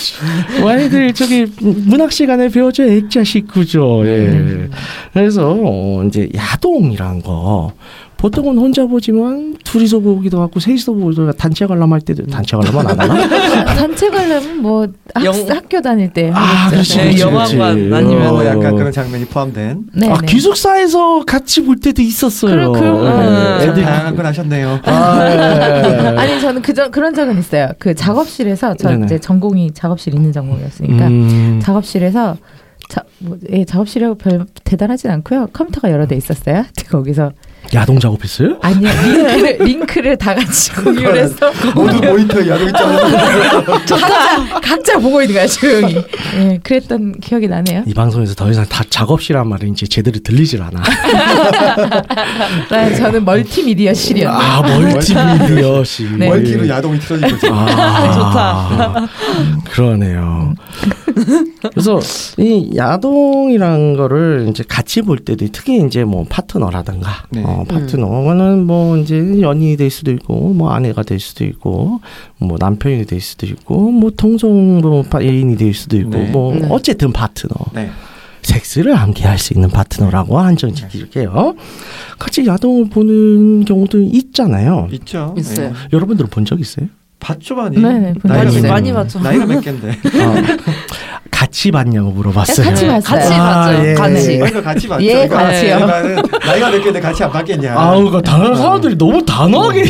Speaker 2: 많이들 저기 문학 시간에 배워줘 액자식 구조. 예. 그래서 어, 이제 야동이란 거. 보통은 혼자 보지만 둘이서 보기도 하고 셋이서 보기도 하고 단체 관람할 때도 단체 관람은 안 하나?
Speaker 3: 단체 관람은 뭐 학,
Speaker 9: 영-
Speaker 3: 학교 다닐 때.
Speaker 2: 아, 그렇지.
Speaker 9: 네,
Speaker 2: 그렇지,
Speaker 9: 영화관
Speaker 2: 그렇지.
Speaker 9: 아니면
Speaker 4: 어, 약간
Speaker 2: 어.
Speaker 4: 그런 장면이 포함된
Speaker 3: 네,
Speaker 2: 아,
Speaker 3: 네.
Speaker 2: 기숙사에서 같이 볼 때도 있었어요.
Speaker 3: 그래, 그럼,
Speaker 9: 아,
Speaker 2: 네,
Speaker 4: 참
Speaker 2: 애들
Speaker 4: 다양한 건 하셨네요.
Speaker 2: 아, 예, 예.
Speaker 3: 아니 저는 그저 그런 적은 있어요. 그 작업실에서 저
Speaker 2: 네네.
Speaker 3: 이제 전공이 작업실 있는 전공이었으니까
Speaker 2: 음.
Speaker 3: 작업실에서 자, 뭐, 예, 작업실이라고 별 대단하진 않고요. 컴퓨터가 여러 대 있었어요. 근데 거기서
Speaker 2: 야동 작업했어요?
Speaker 3: 아니요 링크를 링크를 다 같이 공유를 해서
Speaker 4: 모두 모니터에 야동 있잖아요.
Speaker 3: 각자 각자 보고 있는 거야 조용히. 예, 그랬던 기억이 나네요.
Speaker 2: 이 방송에서 더 이상 다 작업실한 말은 이제 제대로 들리질 않아.
Speaker 3: 나 아, 저는 멀티미디어실이었나.
Speaker 2: 예. 아, 멀티미디어 씨.
Speaker 3: 네.
Speaker 4: 멀티로 야동이 틀어진 거죠.
Speaker 2: 아, 좋다. 그러네요. 그래서 이 야동이란 거를 이제 같이 볼 때도 특히 이제 뭐 파트너라든가
Speaker 4: 네.
Speaker 2: 어, 파트너는 뭐 이제 연인이 될 수도 있고 뭐 아내가 될 수도 있고 뭐 남편이 될 수도 있고 뭐 동성 뭐 파- 애인이 될 수도 있고
Speaker 4: 네.
Speaker 2: 뭐
Speaker 9: 네.
Speaker 2: 어쨌든 파트너
Speaker 4: 네.
Speaker 2: 섹스를 함께할 수 있는 파트너라고 한정 지킬게요. 같이 야동을 보는 경우도 있잖아요.
Speaker 4: 있죠.
Speaker 9: 있어요.
Speaker 4: 네.
Speaker 2: 여러분들 은 본 적 있어요?
Speaker 4: 봤죠 많이.
Speaker 3: 네, 아, 네, 본
Speaker 4: 나이가
Speaker 9: 많이
Speaker 4: 몇-
Speaker 9: 많이 봤죠.
Speaker 4: 나이가 몇 갠데?
Speaker 2: 어, 같이 봤냐고 물어봤어요.
Speaker 3: 같이 봤어요.
Speaker 9: 네. 같이
Speaker 2: 아,
Speaker 9: 봤죠.
Speaker 2: 예.
Speaker 9: 같이.
Speaker 2: 네.
Speaker 4: 나이가 같이 봤죠.
Speaker 3: 예,
Speaker 4: 그러니까
Speaker 3: 같이요.
Speaker 4: 내 말은 나이가 몇 갠데 같이 안 봤겠냐.
Speaker 2: 아우, 그
Speaker 3: 음.
Speaker 2: 다른 사람들이 너무 단호하게.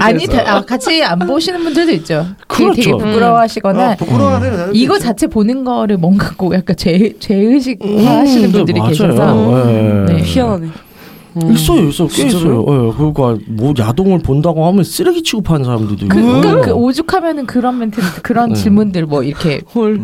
Speaker 3: 아니 다, 아, 같이 안 보시는 분들도 있죠. 되게- 되게
Speaker 2: 그렇죠.
Speaker 3: 부끄러워하시거나
Speaker 4: 아, 부끄러워하는
Speaker 3: 네. 이거 자체 보는 거를 뭔가 고 약간 죄 죄의식 하시는
Speaker 2: 음. 네,
Speaker 3: 분들이
Speaker 2: 맞아요.
Speaker 3: 계셔서
Speaker 2: 예.
Speaker 3: 네.
Speaker 9: 희한하네. 어.
Speaker 2: 있어요, 있어요, 꽤
Speaker 9: 진짜로?
Speaker 2: 있어요. 예, 그러니까 뭐 야동을 본다고 하면 쓰레기 취급하는 사람들도 있고.
Speaker 3: 그, 그러니까
Speaker 9: 음.
Speaker 3: 그 오죽하면은 그런 멘트 그런
Speaker 2: 음.
Speaker 3: 질문들 뭐 이렇게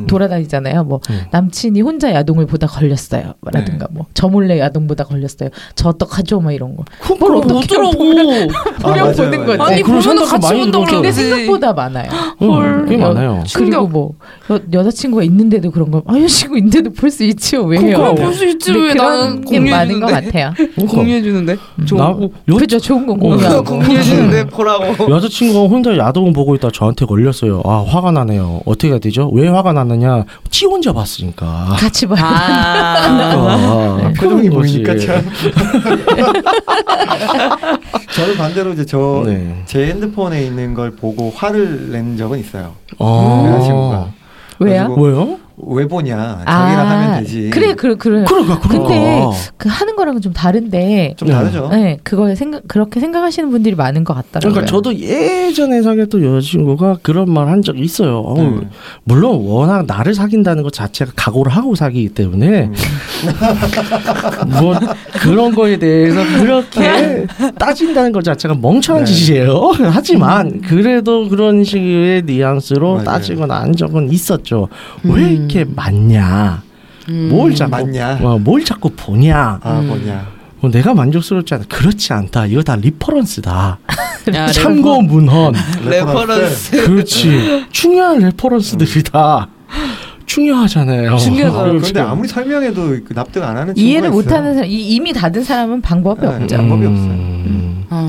Speaker 3: 돌아다니잖아요. 뭐
Speaker 2: 음.
Speaker 3: 남친이 혼자 야동을 보다 걸렸어요. 라든가
Speaker 9: 네.
Speaker 3: 뭐 저 몰래 야동보다 걸렸어요. 저 어떡하죠? 뭐 이런 거. 뭘
Speaker 9: 못
Speaker 3: 어떻게
Speaker 9: 들어오고.
Speaker 2: 아,
Speaker 3: 보면 보는 거지.
Speaker 9: 아니
Speaker 2: 어, 그런
Speaker 9: 보면은
Speaker 2: 생각
Speaker 9: 같이
Speaker 2: 많이
Speaker 9: 운동을
Speaker 2: 들어서.
Speaker 3: 근데
Speaker 9: 하지.
Speaker 3: 생각보다 많아요.
Speaker 2: 헐. 꽤 음, 많아요.
Speaker 3: 그리고 뭐 여, 여자친구가 있는데도 그런 거 아, 여자친구 있는데도 볼 수 있지요. 왜요?
Speaker 9: 그럼 볼수 있지
Speaker 3: 어. 근데
Speaker 9: 왜 나는
Speaker 3: 그런 게 많은 것
Speaker 9: 공유해주는데
Speaker 3: 같아요.
Speaker 2: 그러니까.
Speaker 9: 공유해주는데
Speaker 2: 나,
Speaker 9: 좋은
Speaker 2: 여,
Speaker 3: 그죠 어. 좋은 건
Speaker 9: 거
Speaker 8: 어,
Speaker 2: 공유하고.
Speaker 3: 공유하고.
Speaker 9: 공유해주는데 보라고
Speaker 2: 여자친구가 혼자 야동을 보고 있다 저한테 걸렸어요. 아, 화가 나네요. 어떻게 해야 되죠? 왜 화가 나느냐? 치 혼자
Speaker 9: 어.
Speaker 2: 봤으니까.
Speaker 3: 같이 봐요.
Speaker 9: 아
Speaker 3: 네,
Speaker 2: 아, 그런
Speaker 4: 표정이
Speaker 2: 거지.
Speaker 4: 보이니까 참. 저는 반대로 이제 저 제
Speaker 2: 네.
Speaker 3: 음.
Speaker 4: 핸드폰에 있는 걸 보고 화를 낸 적은 있어요.
Speaker 2: 아.
Speaker 4: 여자친구가.
Speaker 3: 왜요?
Speaker 2: 왜요?
Speaker 4: 왜 보냐? 자기랑 하면 되지.
Speaker 3: 아. 그래 그래 그래.
Speaker 2: 그러니까, 그러니까.
Speaker 3: 근데
Speaker 4: 아,
Speaker 3: 그 하는 거랑은 좀 다른데.
Speaker 4: 좀 다르죠.
Speaker 3: 네, 그걸 생각 그렇게 생각하시는 분들이 많은 것 같더라고요.
Speaker 4: 네.
Speaker 2: 그러니까 저도 예전에 사귀었던 여자친구가 그런 말 한 적이 있어요. 어,
Speaker 4: 음.
Speaker 2: 물론 워낙 나를 사귄다는 것 자체가 각오를 하고 사귀기 때문에
Speaker 4: 음.
Speaker 2: 뭐 그런 거에 대해서 그렇게 따진다는 것 자체가 멍청한
Speaker 4: 네. 음.
Speaker 2: 짓이에요. 하지만 그래도 그런 식의 뉘앙스로
Speaker 4: 맞아요. 음.
Speaker 2: 따지거나 한 적은 있었죠. 왜 이렇게 많냐? 뭘 자꾸
Speaker 4: 맞냐?
Speaker 2: 어, 뭘 자꾸 보냐?
Speaker 4: 아 뭐냐?
Speaker 2: 어, 내가 만족스럽지 않아. 그렇지 않다. 이거 다 아, 리퍼런스다.
Speaker 9: 야,
Speaker 2: 참고 문헌.
Speaker 3: 음.
Speaker 9: 레퍼런스
Speaker 2: 그렇지. 중요한 레퍼런스들이다. 중요하잖아요.
Speaker 8: 중요하죠.
Speaker 2: 그리고
Speaker 4: 그런데
Speaker 2: 지금
Speaker 4: 아무리 설명해도 그 납득 안 하는
Speaker 3: 이해를
Speaker 4: 친구가 있어요.
Speaker 3: 못하는 사람 이, 이미 다른 사람은 방법이
Speaker 4: 네.
Speaker 3: 없죠.
Speaker 4: 방법이 없어요.
Speaker 2: 음.
Speaker 9: 음.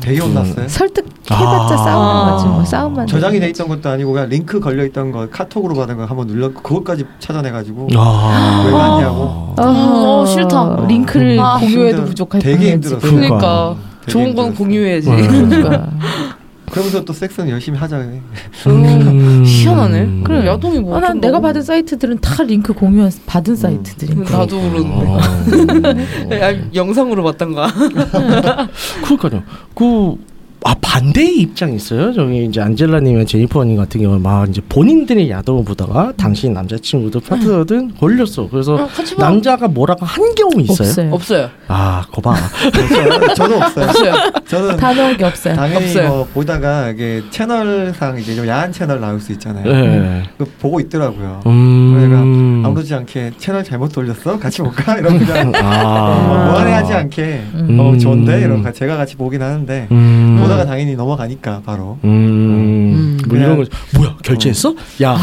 Speaker 4: 되게 혼났어요.
Speaker 3: 설득해봤자
Speaker 2: 아.
Speaker 3: 싸우는 거지 뭐 싸움만
Speaker 4: 아. 저장이
Speaker 3: 되는
Speaker 4: 돼
Speaker 3: 거지.
Speaker 4: 있던 것도 아니고 그냥 링크 걸려 있던 거 카톡으로 받은 거 한번 눌러 그것까지 찾아내가지고
Speaker 2: 아.
Speaker 4: 음. 왜 갔냐고.
Speaker 3: 어,
Speaker 8: 어, 싫다.
Speaker 3: 링크를
Speaker 4: 아,
Speaker 3: 공유해도
Speaker 4: 힘들어.
Speaker 3: 부족할
Speaker 4: 되게
Speaker 3: 뻔했지.
Speaker 2: 음.
Speaker 4: 힘들었어. 어,
Speaker 2: 그러니까.
Speaker 4: 되게
Speaker 8: 좋은 건
Speaker 4: 힘들었어.
Speaker 8: 공유해야지.
Speaker 2: 네.
Speaker 3: 그러니까.
Speaker 4: 그러면서 또 섹스는 열심히 하자.
Speaker 2: 음.
Speaker 8: 희한하네. 그래 야동이 뭐.
Speaker 3: 어, 난
Speaker 8: 좀
Speaker 3: 내가
Speaker 8: 너무-
Speaker 3: 받은 사이트들은 다 링크 공유 받은
Speaker 4: 음.
Speaker 3: 사이트들이니까.
Speaker 8: 나도 그러는데.
Speaker 2: 어.
Speaker 8: 아, 영상으로 봤던가.
Speaker 2: 그러니까요. 그 아, 반대의 입장이 있어요. 저기 이제 안젤라님이나 제니퍼님 같은 경우는 막 이제 본인들의 야동을 보다가 당신 남자친구든 파트너든 네. 걸렸어. 그래서
Speaker 8: 같이 봐.
Speaker 2: 남자가 뭐라고 한 경우 있어요.
Speaker 3: 네. 없어요.
Speaker 8: 없어요.
Speaker 2: 아, 거봐.
Speaker 4: 저는, 저는 없어요.
Speaker 8: 없어요.
Speaker 4: 저는
Speaker 3: 단어가 없어요.
Speaker 4: 당연히
Speaker 8: 없어요.
Speaker 4: 뭐 보다가 이게 채널상 이제 좀 야한 채널 나올 수 있잖아요.
Speaker 2: 예.
Speaker 4: 그 보고 있더라고요.
Speaker 2: 음.
Speaker 4: 그러니까 아무렇지 않게 채널 잘못 돌렸어? 같이 볼까? 이러면 그냥
Speaker 2: 아.
Speaker 4: 무안해하지 않게
Speaker 2: 음.
Speaker 4: 어 좋은데 이런 거 제가 같이 보긴 하는데
Speaker 2: 음.
Speaker 4: 보다가 당연히 넘어가니까 바로
Speaker 2: 음. 뭐 이런
Speaker 4: 그냥-
Speaker 2: 거 뭐야 결제했어? 야.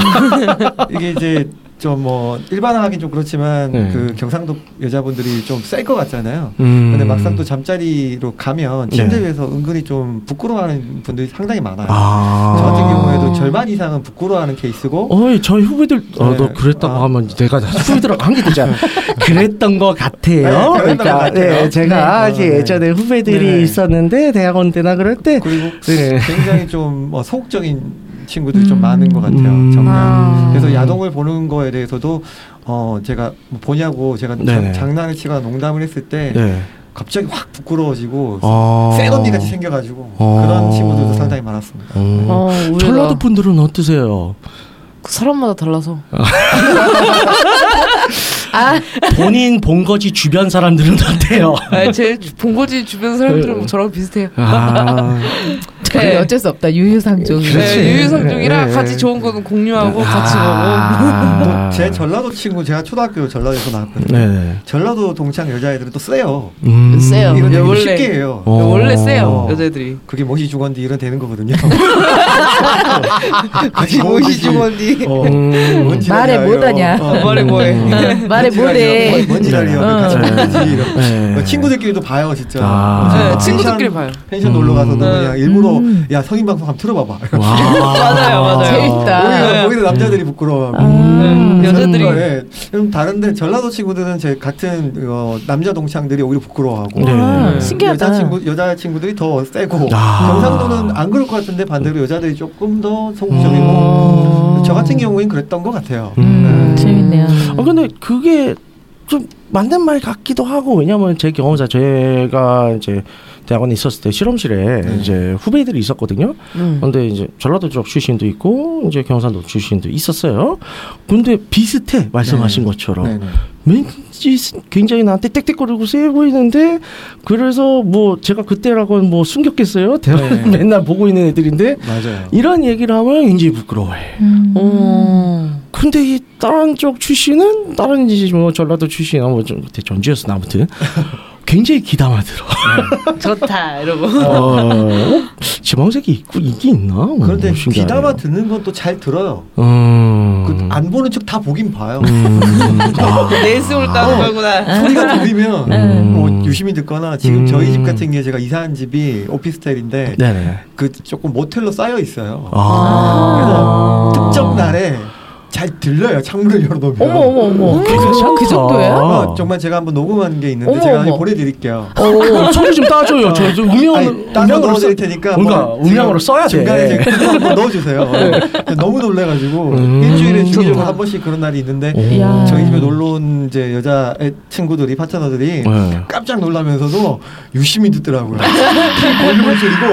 Speaker 4: 이게 이제 좀 뭐 일반화하긴 좀 그렇지만
Speaker 2: 네.
Speaker 4: 그 경상도 여자분들이 좀 셀 것 같잖아요.
Speaker 2: 음.
Speaker 4: 근데 막상 또 잠자리로 가면 침대
Speaker 2: 네.
Speaker 4: 위에서 은근히 좀 부끄러워하는 분들이 상당히 많아요.
Speaker 2: 아.
Speaker 4: 저 같은 경우에도 절반 이상은 부끄러워하는 케이스고
Speaker 2: 어이 저희 후배들 어,
Speaker 4: 네.
Speaker 2: 너 그랬다고
Speaker 4: 아.
Speaker 2: 하면 내가 후배들하고 한게 되잖아 그랬던 것 같아요
Speaker 4: 네, 그랬던 것
Speaker 2: 그러니까
Speaker 4: 같아요.
Speaker 2: 네, 제가
Speaker 4: 네.
Speaker 2: 이제
Speaker 4: 어, 네.
Speaker 2: 예전에 후배들이
Speaker 4: 네.
Speaker 2: 있었는데 대학원 때나 그럴 때
Speaker 4: 그리고
Speaker 2: 네.
Speaker 4: 굉장히 좀 어, 소극적인 친구들이 좀 많은 것그 같아요.
Speaker 2: 음.
Speaker 4: 정말.
Speaker 2: 아.
Speaker 4: 그래서 야동을 보는 거에 대해서도 어 제가 뭐 보냐고 제가
Speaker 2: 네네.
Speaker 4: 장, 장난을 치거나 농담을 했을 때
Speaker 2: 네.
Speaker 4: 갑자기 확 부끄러워지고
Speaker 2: 어.
Speaker 4: 새 언니 같이 생겨가지고
Speaker 2: 어.
Speaker 4: 그런 친구들도 상당히 많았습니다.
Speaker 2: 어.
Speaker 8: 어, 의외다.
Speaker 2: 전라도 분들은 어떠세요?
Speaker 8: 그 사람마다 달라서.
Speaker 2: 본인 본 거지 주변 사람들은 어때요?
Speaker 8: 아, 제 본거지 주변 사람들은 뭐 저랑 비슷해요.
Speaker 2: 아,
Speaker 4: 네.
Speaker 3: 그래 어쩔 수 없다 유유상종.
Speaker 2: 그렇지.
Speaker 8: 네, 아. 유유상종이라
Speaker 2: 네,
Speaker 8: 같이 좋은 거는 공유하고 같이 보고.
Speaker 2: 아.
Speaker 4: 또 제 전라도 친구 제가 초등학교 전라도에서 나왔거든요.
Speaker 2: 네네.
Speaker 4: 전라도 동창 여자애들은 또 세요.
Speaker 2: 음.
Speaker 3: 아,
Speaker 8: 세요.
Speaker 4: 이런
Speaker 8: 네,
Speaker 4: 되게
Speaker 8: 원래.
Speaker 4: 쉽게 해요.
Speaker 2: 어.
Speaker 8: 원래 세요
Speaker 4: 어.
Speaker 8: 여자들이.
Speaker 4: 그게 멋이 죽었는데 이런 되는 거거든요.
Speaker 9: 아니
Speaker 4: 뭔지.
Speaker 9: 뭐지 주머니.
Speaker 4: 어.
Speaker 2: 음.
Speaker 4: 뭔
Speaker 3: 말해
Speaker 4: 지랄이야,
Speaker 3: 못하냐.
Speaker 4: 이거. 어.
Speaker 8: 말해 뭐해.
Speaker 3: 말해
Speaker 4: 뭔-
Speaker 3: 뭐래.
Speaker 4: 뭔 지랄이야.
Speaker 3: 어.
Speaker 4: 같이
Speaker 2: 네.
Speaker 4: 먹지, 이런.
Speaker 2: 네.
Speaker 4: 어, 친구들끼리도 봐요 진짜.
Speaker 2: 아.
Speaker 4: 진짜
Speaker 2: 네,
Speaker 4: 펜션-
Speaker 8: 친구들끼리 봐요.
Speaker 4: 펜션
Speaker 2: 음.
Speaker 4: 놀러 가서도
Speaker 8: 네.
Speaker 4: 그냥 일부러 야 성인 방송 한번 틀어봐봐.
Speaker 2: 와.
Speaker 8: 맞아요, 맞아요.
Speaker 3: 재밌다.
Speaker 4: 오히려,
Speaker 8: 네.
Speaker 4: 오히려 남자들이 부끄러워하고.
Speaker 3: 음.
Speaker 8: 네,
Speaker 4: 그래서
Speaker 8: 여자들이
Speaker 4: 뭔가, 예, 좀 다른데 전라도 친구들은 제 같은 어, 남자 동창들이 오히려 부끄러워하고.
Speaker 2: 네.
Speaker 3: 와,
Speaker 2: 네.
Speaker 3: 아, 신기하다.
Speaker 4: 여자 친구 여자 친구들이 더 세고
Speaker 2: 아. 음.
Speaker 4: 경상도는 안 그럴 것 같은데 반대로 여자들이 조금 더 소극적이고 저 같은 경우엔 그랬던 것 같아요.
Speaker 3: 음, 재밌네요.
Speaker 4: 어,
Speaker 2: 아 근데 그게 좀 맞는 말 같기도 하고 왜냐면 제 경험상 제가 이제 대학원에 있었을 때 실험실에
Speaker 4: 네.
Speaker 2: 이제 후배들이 있었거든요.
Speaker 8: 음.
Speaker 2: 근데 이제 전라도 쪽 출신도 있고 이제 경상도 출신도 있었어요. 근데 비슷해 말씀하신
Speaker 4: 네.
Speaker 2: 것처럼
Speaker 4: 네네.
Speaker 2: 왠지 굉장히 나한테 땡땡거리고 세 보이는데 그래서 뭐 제가 그때라고는 뭐 숨겼겠어요. 대학
Speaker 4: 네.
Speaker 2: 맨날 보고 있는 애들인데
Speaker 4: 맞아요.
Speaker 2: 이런 얘기를 하면 굉장히 부끄러워해.
Speaker 3: 음.
Speaker 4: 어.
Speaker 8: 음.
Speaker 2: 근데 이 다른 쪽 출신은 다른 이제 뭐 전라도 출신이나 뭐좀 전주였으나 아무튼 굉장히 기담아 들어.
Speaker 8: 네. 좋다 여러분.
Speaker 2: 어, 지방색이 있고 이게 있나? 뭐
Speaker 4: 그런데
Speaker 2: 신기하네요.
Speaker 4: 귀담아 듣는 건 또 잘 들어요.
Speaker 2: 음.
Speaker 4: 그 안 보는 척 다 보긴 봐요.
Speaker 2: 음. 아.
Speaker 9: 내수를 따는
Speaker 8: 어.
Speaker 9: 거구나.
Speaker 3: 아.
Speaker 4: 소리가 들리면
Speaker 2: 음.
Speaker 4: 뭐 유심히 듣거나 지금
Speaker 2: 음.
Speaker 4: 저희 집 같은 게 제가 이사한 집이 오피스텔인데
Speaker 2: 네네.
Speaker 4: 그 조금 모텔로 쌓여 있어요.
Speaker 2: 아.
Speaker 4: 그래서 특정 날에 잘 들려요. 창문을 열어놓으면.
Speaker 3: 어머 어머 어머.
Speaker 2: 괜찮다.
Speaker 3: 그 정도예요?
Speaker 2: 아.
Speaker 4: 어, 정말 제가 한번 녹음한 게 있는데
Speaker 3: 어머,
Speaker 4: 제가
Speaker 3: 어머.
Speaker 4: 한번 보내드릴게요.
Speaker 2: 어, 소리 좀 따줘요. 저, 저 음향,
Speaker 4: 아니, 따서
Speaker 2: 음향으로 써-
Speaker 4: 넣어드릴 테니까
Speaker 2: 뭔가
Speaker 4: 한번
Speaker 2: 음향으로
Speaker 4: 지금
Speaker 2: 써야
Speaker 4: 중간에
Speaker 2: 돼.
Speaker 4: 제가 한번 넣어주세요. 네. 너무 놀래가지고
Speaker 2: 음.
Speaker 4: 일주일에 주기적으로
Speaker 8: 좋다.
Speaker 4: 한 번씩 그런 날이 있는데
Speaker 3: 이야.
Speaker 4: 저희 집에 놀러 온 이제 여자 애- 친구들이 파트너들이
Speaker 2: 네.
Speaker 4: 깜짝 놀라면서도 유심히 듣더라고요. 키 볼륨을 줄이고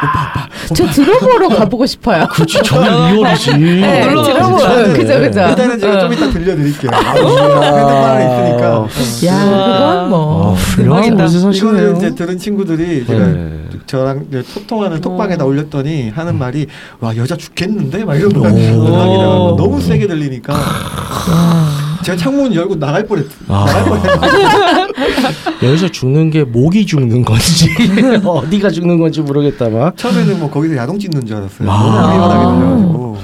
Speaker 4: 오빠 오빠
Speaker 3: 저 드럼으로 가보고 싶어요.
Speaker 2: 그치,
Speaker 4: 아.
Speaker 2: 저는 리얼이지.
Speaker 3: 네,
Speaker 8: 놀러 가고
Speaker 3: 드럼으로.
Speaker 4: 싶어요.
Speaker 3: 그죠 그죠.
Speaker 4: 일단은 제가 좀 이따 들려드릴게요. 아, 핸드폰에 있으니까. 네.
Speaker 3: 야 그건 뭐.
Speaker 2: 어, 훌륭한
Speaker 8: 대박이다.
Speaker 2: 곳에
Speaker 4: 이거를
Speaker 2: 사시네요.
Speaker 4: 이제 들은 친구들이 제가
Speaker 2: 네.
Speaker 4: 저랑 이제 소통하는
Speaker 3: 어.
Speaker 4: 톡방에다 올렸더니 하는
Speaker 3: 음.
Speaker 4: 말이 와 여자 죽겠는데 막 이런 거
Speaker 2: 오.
Speaker 3: 아.
Speaker 4: 너무 세게 들리니까 제가 창문 열고 나갈 뻔했
Speaker 2: 아.
Speaker 4: 나갈 뻔했
Speaker 2: 여기서 죽는 게 목이 죽는 건지 어디가 죽는 건지 모르겠다만
Speaker 3: 아.
Speaker 4: 처음에는 뭐 거기서 야동 찍는 줄 알았어요
Speaker 2: 와.
Speaker 4: 너무 미안하게 들려가지고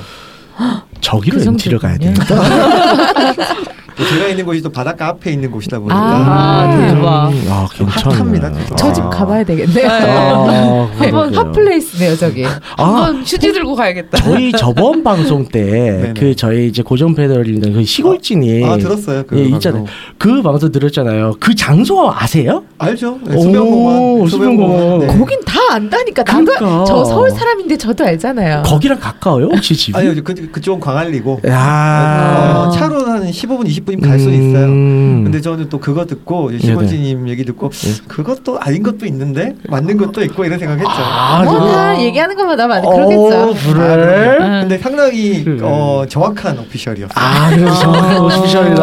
Speaker 2: 저기로
Speaker 3: 그
Speaker 2: MT를 가야
Speaker 3: 정도군요.
Speaker 2: 되니까
Speaker 4: 또 제가 있는 곳이 또 바닷가 앞에 있는 곳이다 보니까
Speaker 3: 아, 대박.
Speaker 2: 음, 아
Speaker 4: 핫합니다,
Speaker 2: 괜찮네.
Speaker 4: 진짜.
Speaker 3: 저 집
Speaker 4: 아.
Speaker 3: 가봐야 되겠네요. 어.
Speaker 2: 아,
Speaker 3: 한번
Speaker 2: 그러게요.
Speaker 3: 네. 핫플레이스네요, 저기.
Speaker 2: 아
Speaker 10: 한번 휴지 들고 가야겠다.
Speaker 2: 저희 저번 방송 때
Speaker 4: 네네.
Speaker 2: 그 저희 이제 고정 패널인데 그 시골진이
Speaker 4: 아 들었어요. 그
Speaker 2: 예,
Speaker 4: 방송.
Speaker 2: 있잖아요. 그 방송 들었잖아요. 그 장소 아세요?
Speaker 4: 알죠? 네,
Speaker 2: 오,
Speaker 4: 수변공원.
Speaker 2: 수변공원.
Speaker 4: 네.
Speaker 3: 거긴 다 안다니까. 나도
Speaker 2: 그러니까.
Speaker 3: 저 서울 사람인데 저도 알잖아요.
Speaker 2: 거기랑 가까워요 혹시 집이?
Speaker 4: 아니요, 그, 그쪽은 광안리고.
Speaker 2: 야.
Speaker 4: 어, 차로 한 15분, 20분이면 갈 수
Speaker 2: 예. 아. 음. 네,
Speaker 4: 있어요. 근데 저는 또 그거 듣고 이제 시골지님 얘기 듣고
Speaker 2: 예.
Speaker 4: 그것도 아닌 것도 있는데 맞는 것도 있고 이런 생각했죠.
Speaker 2: 아,
Speaker 3: 뭐
Speaker 2: 그-
Speaker 3: 다 얘기하는 것마다 많이
Speaker 2: 어,
Speaker 3: 그러겠죠.
Speaker 2: 그래?
Speaker 3: 아.
Speaker 4: 근데 상당히
Speaker 2: 음.
Speaker 4: 어, 정확한 오피셜이었어요.
Speaker 2: 아, 그래서 정확한 아. 오피셜이다.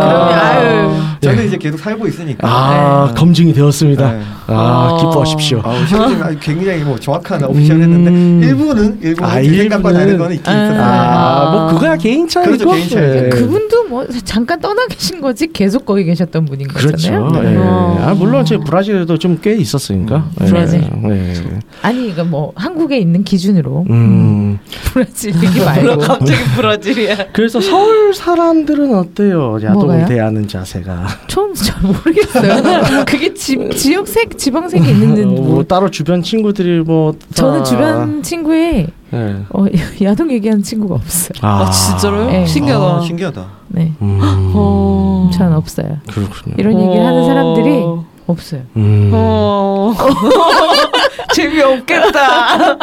Speaker 10: 그럼요.
Speaker 4: 저는 이제 계속 살고 있으니까.
Speaker 2: 아,
Speaker 4: 네.
Speaker 2: 검증이 되었습니다.
Speaker 4: 네.
Speaker 2: 아,
Speaker 3: 어.
Speaker 2: 기뻐하십시오.
Speaker 4: 아우, 시골지님 아주 굉장히 뭐 정확한 오피셜
Speaker 2: 음.
Speaker 4: 했는데 일부는 일부는
Speaker 2: 아,
Speaker 4: 제 생각과
Speaker 2: 일부는-
Speaker 4: 다른 거는 있긴
Speaker 3: 아.
Speaker 4: 있었어요.
Speaker 2: 아, 뭐 그거야 개인 차이고.
Speaker 4: 그렇죠, 개인 차이죠.
Speaker 2: 예.
Speaker 3: 그분도 뭐 잠깐 떠나 계신 거지 계속 거기 계셨던 분인 거잖아요. 어.
Speaker 2: 그렇죠. 예. 아, 물론 제 브라질에도 좀 꽤 있었으니까.
Speaker 3: 음, 브라질.
Speaker 2: 예. 예.
Speaker 3: 아니 이거 뭐 한국에 있는 기준으로
Speaker 2: 음.
Speaker 3: 브라질 얘기 말고
Speaker 8: 갑자기 브라질이야.
Speaker 2: 그래서 서울 사람들은 어때요? 야동
Speaker 3: 뭐가요?
Speaker 2: 대하는 자세가.
Speaker 3: 처음 잘 모르겠어요. 그게 지, 지역 색 지방색이 있는지
Speaker 2: 어, 뭐
Speaker 3: 뭐.
Speaker 2: 따로 주변 친구들이 뭐 다-
Speaker 3: 저는 주변 친구에
Speaker 2: 예.
Speaker 3: 어, 야동 얘기하는 친구가 없어요.
Speaker 2: 아,
Speaker 8: 진짜로요? 어,
Speaker 3: 네.
Speaker 8: 신기하다.
Speaker 4: 아, 신기하다.
Speaker 3: 네,
Speaker 2: 음.
Speaker 8: 어.
Speaker 3: 저는 없어요.
Speaker 2: 그렇군요.
Speaker 3: 이런 얘기 하는
Speaker 8: 어.
Speaker 3: 사람들이 예. 없어요.
Speaker 2: 음.
Speaker 8: 어. 재미없겠다.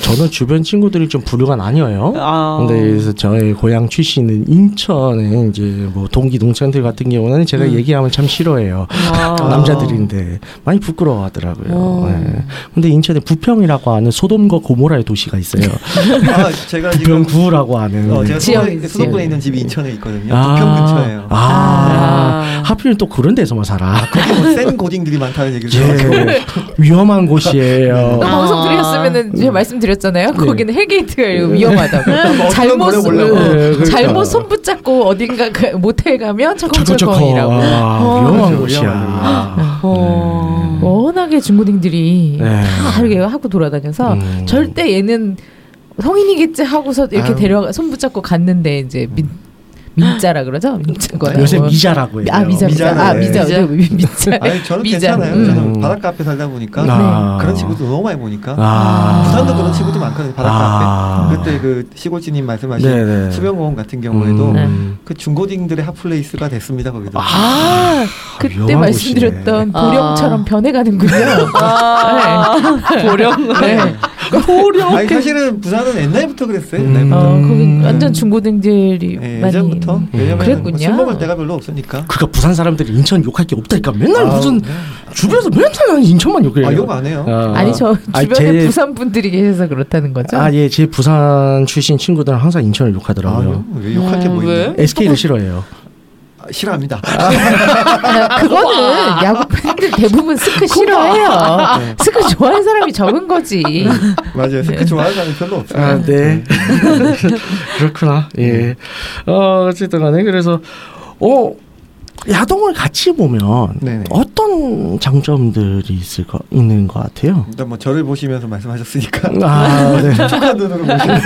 Speaker 2: 저는 주변 친구들이 좀 부류가 나뉘어요.
Speaker 8: 아.
Speaker 2: 근데 그래서 저의 고향 출신은 인천에 이제 뭐 동기 동창들 같은 경우는 제가 얘기하면 참 싫어해요. 남자들인데 많이 부끄러워하더라고요.
Speaker 8: 아. 어.
Speaker 2: 예. 근데 인천에 부평이라고 하는 소돔과 고모라의 도시가 있어요.
Speaker 4: 아, 제가 지금
Speaker 2: 부평구라고 하는.
Speaker 4: 어, 제가
Speaker 3: 지역이지.
Speaker 4: 수도권에, 수도권에
Speaker 3: 예.
Speaker 4: 있는 집이 인천에 있거든요.
Speaker 2: 아.
Speaker 4: 부평 근처예요.
Speaker 2: 아. 하필 또 그런 데서만 살아.
Speaker 4: 거기 뭐센 고딩들이 많다는 얘기를 들어가지고.
Speaker 2: 예. 위험한
Speaker 4: 네.
Speaker 2: 곳이에요.
Speaker 3: 또
Speaker 8: 아.
Speaker 3: 방송 드렸으면은 제가 말씀드렸잖아요. 거기는 헬게이트가 위험하다고. 잘못
Speaker 4: 어떤 거래 몰라요.
Speaker 2: 네, 그러니까.
Speaker 3: 잘못 손 붙잡고 어딘가 그 모텔 가면
Speaker 2: 철컹철컹.
Speaker 3: 철컹철컹이라고.
Speaker 2: 아,
Speaker 4: 그렇죠,
Speaker 2: 위험한 네.
Speaker 4: 위험하죠.
Speaker 2: 곳이야.
Speaker 8: 어.
Speaker 3: 워낙에 중고딩들이
Speaker 2: 네.
Speaker 3: 다 이렇게 하고 돌아다녀서
Speaker 2: 음.
Speaker 3: 절대 얘는 성인이겠지 하고서 이렇게
Speaker 4: 아유.
Speaker 3: 데려가 손 붙잡고 갔는데 이제 민 민자라 그러죠? 민자 거예요.
Speaker 2: 음. 요새
Speaker 3: 뭐.
Speaker 2: 미자라고 해요.
Speaker 3: 아 미자 미자
Speaker 4: 미자라
Speaker 3: 아
Speaker 4: 그래요.
Speaker 3: 미자 네, 미- 미자
Speaker 4: 아니, 저는
Speaker 3: 미자.
Speaker 4: 괜찮아요.
Speaker 3: 음.
Speaker 4: 저는 바닷가 앞에 살다 보니까
Speaker 2: 아.
Speaker 4: 그런 친구도 너무 많이 보니까.
Speaker 2: 아.
Speaker 4: 부산도 그런 친구도 많거든요.
Speaker 2: 아.
Speaker 4: 바닷가 앞에. 그때 그 시골지님 말씀하신
Speaker 2: 네네.
Speaker 4: 수변공원 같은 경우에도
Speaker 2: 음.
Speaker 3: 네.
Speaker 4: 그 중고딩들의 핫플레이스가 됐습니다. 거기도.
Speaker 3: 아 그때
Speaker 2: 위험한
Speaker 3: 말씀드렸던
Speaker 8: 곳이네.
Speaker 3: 보령처럼
Speaker 8: 아.
Speaker 3: 변해가는군요. 네.
Speaker 8: 보령.
Speaker 3: 네.
Speaker 4: 아니, 사실은 부산은 옛날부터 그랬어요. 옛날부터.
Speaker 3: 어 거기
Speaker 2: 음.
Speaker 3: 완전 중고등들이
Speaker 4: 예,
Speaker 3: 많이
Speaker 4: 예전부터. 왜냐면
Speaker 3: 그랬군요.
Speaker 4: 뭐술 먹을 데가 별로 없으니까.
Speaker 2: 그러니까 부산 사람들이 인천 욕할 게 없다니까 맨날
Speaker 4: 아,
Speaker 2: 무슨 주변에서 맨날 나는 인천만 욕해요.
Speaker 4: 아, 욕안 해요.
Speaker 3: 아니 저
Speaker 2: 아니,
Speaker 3: 주변에
Speaker 2: 제-
Speaker 3: 부산 분들이 계셔서 그렇다는 거죠.
Speaker 2: 아 예, 제 부산 출신 친구들은 항상 인천을
Speaker 4: 네. 아니요.
Speaker 2: 욕하더라고요.
Speaker 4: 왜 욕할 게
Speaker 8: 어,
Speaker 3: 음,
Speaker 4: 뭐 있나요?
Speaker 8: 왜?
Speaker 2: SK를 싫어해요.
Speaker 4: 아, 싫어합니다.
Speaker 3: 아, 그거는 야구 팬들 대부분 스크
Speaker 2: 네.
Speaker 3: 싫어해요. 스크 좋아하는 사람이 적은 거지.
Speaker 4: 맞아요. 스크 좋아하는 사람이 별로 없어요.
Speaker 2: 아, 네. 그렇구나. 예.
Speaker 4: 음.
Speaker 2: 어, 어쨌든 간에 그래서 어 야동을 같이 보면
Speaker 4: 네네.
Speaker 2: 어떤 장점들이 있을 거 있는 것 같아요.
Speaker 4: 일단 뭐 저를 보시면서 말씀하셨으니까
Speaker 2: 아, 네.
Speaker 4: 촉촉한 눈으로 보시면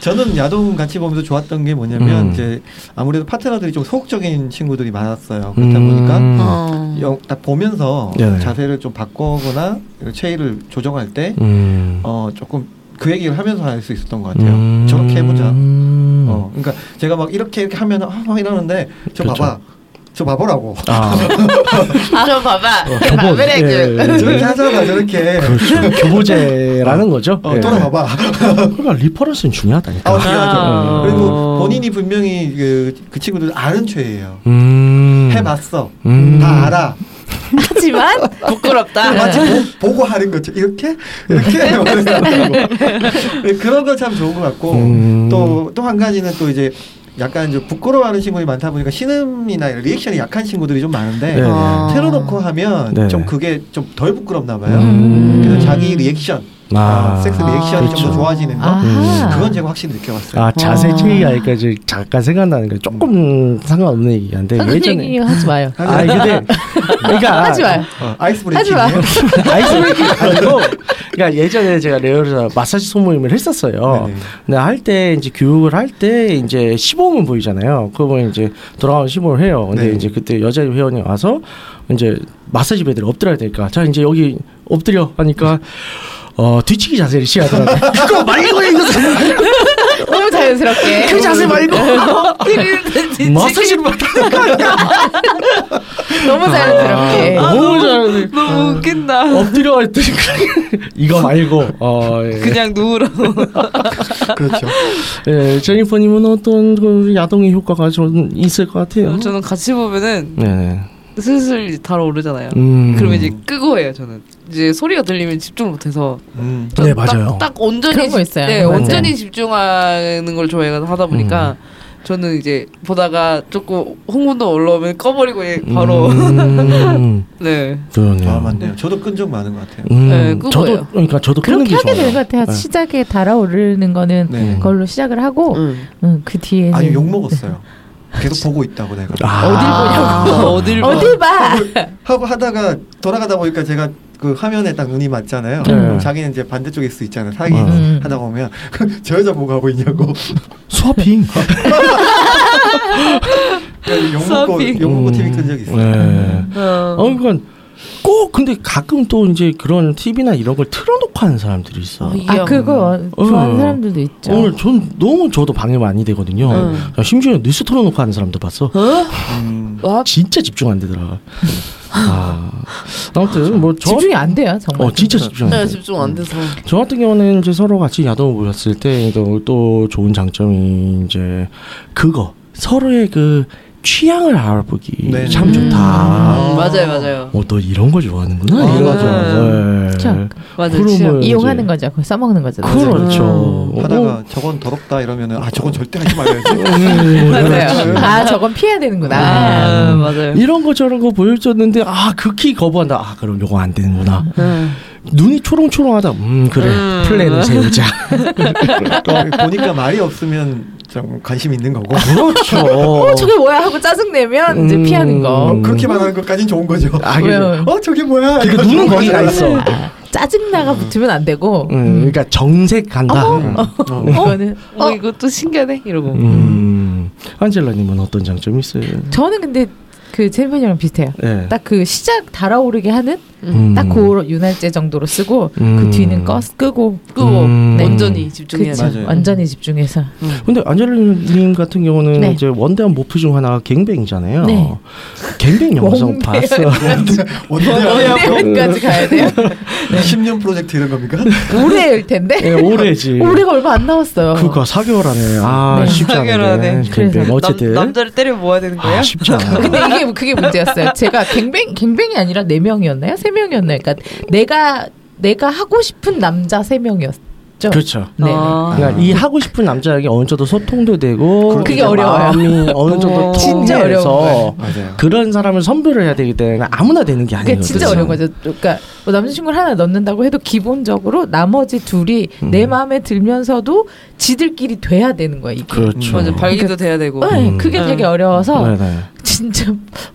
Speaker 4: 저는 야동 같이 보면서 좋았던 게 뭐냐면
Speaker 2: 음.
Speaker 4: 이제 아무래도 파트너들이 좀 소극적인 친구들이 많았어요. 그렇다
Speaker 2: 음.
Speaker 4: 보니까
Speaker 8: 어.
Speaker 4: 영, 딱 보면서
Speaker 2: 네네.
Speaker 4: 자세를 좀 바꾸거나 체위를 조정할 때
Speaker 2: 음.
Speaker 4: 어, 조금 그 얘기를 하면서 할 수 있었던 것 같아요.
Speaker 2: 음.
Speaker 4: 저렇게 해보자.
Speaker 2: 음.
Speaker 4: 어, 그러니까 제가 막 이렇게 이렇게 하면 아, 막 이러는데 저
Speaker 2: 그렇죠.
Speaker 4: 봐봐. 저 봐보라고.
Speaker 2: 아,
Speaker 8: 저 봐봐.
Speaker 4: 아,
Speaker 2: 교보,
Speaker 8: 그래,
Speaker 2: 예, 예.
Speaker 4: 저렇게 하잖아 저렇게.
Speaker 2: 그렇죠. 교보제라는 거죠.
Speaker 4: 어,
Speaker 2: 예.
Speaker 4: 돌아봐봐.
Speaker 2: 그러니까 리퍼런스는 중요하다니까.
Speaker 4: 아, 중요하죠.
Speaker 8: 아.
Speaker 4: 그리고 본인이 분명히 그, 그 친구들 아는 죄예요.
Speaker 2: 음.
Speaker 4: 해봤어.
Speaker 2: 음.
Speaker 4: 다 알아.
Speaker 3: 하지만
Speaker 8: 부끄럽다.
Speaker 4: 마치 보, 고 하는 거죠. 이렇게? 이렇게? 뭐 네, 그런 거 참 좋은 것 같고,
Speaker 2: 음.
Speaker 4: 또, 또 한 가지는 또 이제 약간 좀 부끄러워하는 친구들이 많다 보니까 신음이나 리액션이 약한 친구들이 좀 많은데, 아.
Speaker 2: 네.
Speaker 4: 틀어놓고 하면
Speaker 2: 네.
Speaker 4: 좀 그게 좀 덜 부끄럽나 봐요.
Speaker 2: 음.
Speaker 4: 그래서 자기 리액션,
Speaker 2: 아,
Speaker 4: 아, 섹스 리액션이 좀 더
Speaker 2: 그렇죠.
Speaker 4: 좋아지는 거
Speaker 3: 아하.
Speaker 4: 그건 제가 확실히 느껴봤어요.
Speaker 2: 아 자세 얘기가 여기까지 잠깐 생각나는 게 조금 상관없는 얘기인데
Speaker 3: 아, 그런
Speaker 2: 예전에
Speaker 3: 얘기 하지 마요.
Speaker 2: 아 근데 그러니까
Speaker 3: 하지 마요.
Speaker 4: 어, 아이스
Speaker 3: 하지
Speaker 4: 브레이킹
Speaker 3: 마.
Speaker 2: 아이스브레이킹 아니고 그러니까 예전에 제가 레오에서 마사지 소모임을 했었어요.
Speaker 4: 네네.
Speaker 2: 근데 할 때 이제 교육을 할 때 이제 시범은 보이잖아요. 그러면 이제 돌아가면 시범을 해요. 근데
Speaker 4: 네.
Speaker 2: 이제 그때 여자 회원이 와서 이제 마사지 배드를 엎드려야 되니까 자 이제 여기 엎드려 하니까 어 뒤치기 자세를 시하더라고요. 그거 말고 이거 네.
Speaker 3: 너무 자연스럽게.
Speaker 2: 그 자세 말고 마사지를 받아.
Speaker 3: 너무
Speaker 2: 아,
Speaker 3: 자연스럽게.
Speaker 2: 너무 잘하네.
Speaker 8: 아,
Speaker 2: 아.
Speaker 8: 너무 웃긴다.
Speaker 2: 엎드려 했더니 이거 말고 어 예.
Speaker 8: 그냥 누우라고.
Speaker 4: 그렇죠.
Speaker 2: 예, 제니퍼님은 어떤 그 야동의 효과가 좀 있을 것 같아요.
Speaker 8: 저는 같이 보면은
Speaker 2: 네네.
Speaker 8: 슬슬 달아오르잖아요.
Speaker 2: 음.
Speaker 8: 그러면 이제 끄고 해요 저는. 이제 소리가 들리면 집중을 못해서
Speaker 4: 음.
Speaker 2: 네,
Speaker 8: 딱-
Speaker 2: 맞아요.
Speaker 8: 딱, 온전히
Speaker 3: 그런 거
Speaker 8: 집-
Speaker 3: 있어요.
Speaker 8: 네,
Speaker 3: 맞아요.
Speaker 8: 온전히 집중하는 걸 좋아하다 보니까 저는 이제 보다가 조금 흥분도 올라오면 꺼버리고 예, 바로
Speaker 2: 음,
Speaker 8: 네.
Speaker 2: 그러네요.
Speaker 4: 아 맞네요. 저도 끈 적 많은 것 같아요.
Speaker 2: 음,
Speaker 8: 네, 그거예요.
Speaker 2: 저도 그러니까 저도 끊는
Speaker 3: 그렇게
Speaker 2: 게
Speaker 3: 하게
Speaker 2: 좋아요.
Speaker 3: 되는 것 같아요.
Speaker 2: 네.
Speaker 3: 시작에 달아오르는 거는
Speaker 4: 네.
Speaker 3: 그걸로 시작을
Speaker 8: 어,
Speaker 3: 하고 음, 그 뒤에는
Speaker 4: 아니 욕 먹었어요. 계속 보고 있다고 내가.
Speaker 2: 아.
Speaker 8: 어딜 보냐고.
Speaker 3: 어딜 봐.
Speaker 4: 하고 하다가 돌아가다 보니까 제가 그 화면에 딱 눈이 맞잖아요.
Speaker 2: 네.
Speaker 4: 그럼 자기는 이제 반대쪽에 있을 수 있잖아요. 사기
Speaker 2: 음.
Speaker 4: 하다 보면 저 여자 보고 하고 있냐고.
Speaker 2: 스와핑.
Speaker 4: 용문고
Speaker 8: 서핑.
Speaker 2: 뭐
Speaker 4: 용문고 TV 끈적 있어요.
Speaker 2: 음. 네. 어, 그러니까 꼭 근데 가끔 또 이제 그런 TV나 이런 걸 틀어놓고 하는 사람들이 있어.
Speaker 3: 아 그거 좋아하는
Speaker 2: 어.
Speaker 3: 사람들도 있죠.
Speaker 2: 오늘 전 너무 저도 방해 많이 되거든요.
Speaker 3: 네.
Speaker 2: 야, 심지어 뉴스 틀어놓고 하는 사람도
Speaker 8: 그,
Speaker 2: 봤어.
Speaker 4: 음.
Speaker 2: 진짜 집중 안 되더라. 아, 아무튼 뭐 저,
Speaker 3: 집중이 안 돼요 정말.
Speaker 2: 어 진짜 집중 안 돼.
Speaker 9: 네, 집중 안 돼서.
Speaker 2: 저 같은 경우는 이제 서로 같이 야동을 보셨을 때 또 좋은 장점이 이제 그거 서로의 그 취향을 알아보기
Speaker 4: 네.
Speaker 2: 참 좋다.
Speaker 8: 음, 맞아요, 맞아요.
Speaker 2: 어 너 이런 거 좋아하는구나.
Speaker 8: 아,
Speaker 2: 이런 거 네.
Speaker 8: 맞아요.
Speaker 2: 좋아하는
Speaker 3: 그렇죠.
Speaker 8: 맞아요.
Speaker 2: 그러면
Speaker 8: 취향.
Speaker 2: 이제-
Speaker 3: 이용하는 거죠. 그걸 써먹는 거죠.
Speaker 2: 그렇죠.
Speaker 4: 하다가 저건 더럽다 이러면은 아 저건 절대 하지 말아야지.
Speaker 2: 어. 음. 네,
Speaker 3: 맞아요. 아 저건 피해야 되는구나.
Speaker 8: 아, 맞아요.
Speaker 2: 음. 이런 거 저런 거 보여줬는데 아 극히 거부한다. 아 그럼 요거 안 되는구나. 눈이 초롱초롱하다. 음 그래 플랜을 세우자.
Speaker 4: 어, 보니까 말이 없으면 좀 관심 있는 거고.
Speaker 3: 어,
Speaker 2: 그렇죠.
Speaker 3: 저게 뭐야 하고 짜증 내면 이제
Speaker 2: 음.
Speaker 3: 피하는 거.
Speaker 4: 어, 그렇게 말하는 것까진 좋은 거죠.
Speaker 2: 아, 그죠.
Speaker 3: 왜요?
Speaker 4: 어 저게 뭐야?
Speaker 2: 그러니까
Speaker 4: 이거
Speaker 2: 눈은
Speaker 4: 좋은
Speaker 2: 거기 가
Speaker 4: 거잖아요.
Speaker 2: 있어.
Speaker 3: 짜증 나가 붙으면 안 되고.
Speaker 2: 음, 그러니까 정색 간다. 음.
Speaker 3: 어? 이거는
Speaker 8: 어, 이것도 신기하네 이러고.
Speaker 2: 음. 안젤라님은 어떤 장점이 있어요?
Speaker 3: 저는 근데 그 제니퍼님이랑 비슷해요.
Speaker 2: 예.
Speaker 3: 딱 그 시작 달아오르게 하는
Speaker 2: 음.
Speaker 3: 딱 그 윤활제 정도로 쓰고
Speaker 2: 음.
Speaker 3: 그 뒤는 꺼 끄고
Speaker 8: 끄고
Speaker 2: 음.
Speaker 8: 뭐, 온전히 집중해야
Speaker 3: 그쵸.
Speaker 8: 돼.
Speaker 4: 맞아요.
Speaker 3: 완전히 집중해서
Speaker 2: 근데 안젤라님 같은 경우는
Speaker 3: 네.
Speaker 2: 이제 원대한 모프 중 하나가 갱뱅이잖아요.
Speaker 3: 네.
Speaker 2: 갱뱅 영상
Speaker 3: 원대한
Speaker 2: 봤어.
Speaker 4: 원대야.
Speaker 3: 네,
Speaker 4: 네.
Speaker 3: 여기까지 가야 돼요.
Speaker 4: 10년 프로젝트 이런 겁니까?
Speaker 3: 올해일 텐데
Speaker 2: 예, 오래지.
Speaker 3: 올해가 얼마 안 남았어요.
Speaker 2: 그니까 4개월 안에 아
Speaker 3: 네.
Speaker 2: 쉽지 않네.
Speaker 8: 사개월하네.
Speaker 2: 갱뱅 어쨌든
Speaker 8: 남, 남자를 때려 모아야 되는 거예요?
Speaker 2: 아 쉽지 않아.
Speaker 3: 근데 이게 그게 문제였어요. 제가 갱뱅 갱뱅이 아니라 네 명이었나요? 세 명이었나요? 그러니까 내가 내가 하고 싶은 남자 세 명이었죠.
Speaker 2: 그렇죠.
Speaker 3: 네.
Speaker 8: 아.
Speaker 2: 그러니까 이 하고 싶은 남자에게 어느 정도 소통도 되고
Speaker 3: 그게 어려워요.
Speaker 2: 마음이 어느 정도
Speaker 8: 어.
Speaker 3: 진짜
Speaker 2: 통해서
Speaker 3: 어려워요.
Speaker 4: 맞아요.
Speaker 2: 그런 사람을 선별을 해야 되기 때문에 아무나 되는 게 아니에요. 그렇죠.
Speaker 3: 그게 진짜 어려운 거죠. 그러니까 뭐 남자친구를 하나 넣는다고 해도 기본적으로 나머지 둘이 내 마음에 들면서도 지들끼리 돼야 되는 거야 이게.
Speaker 2: 그렇죠.
Speaker 8: 맞아 발기도 돼야 되고.
Speaker 3: 네,
Speaker 2: 음.
Speaker 3: 그게 되게 어려워서
Speaker 2: 네, 네.
Speaker 3: 진짜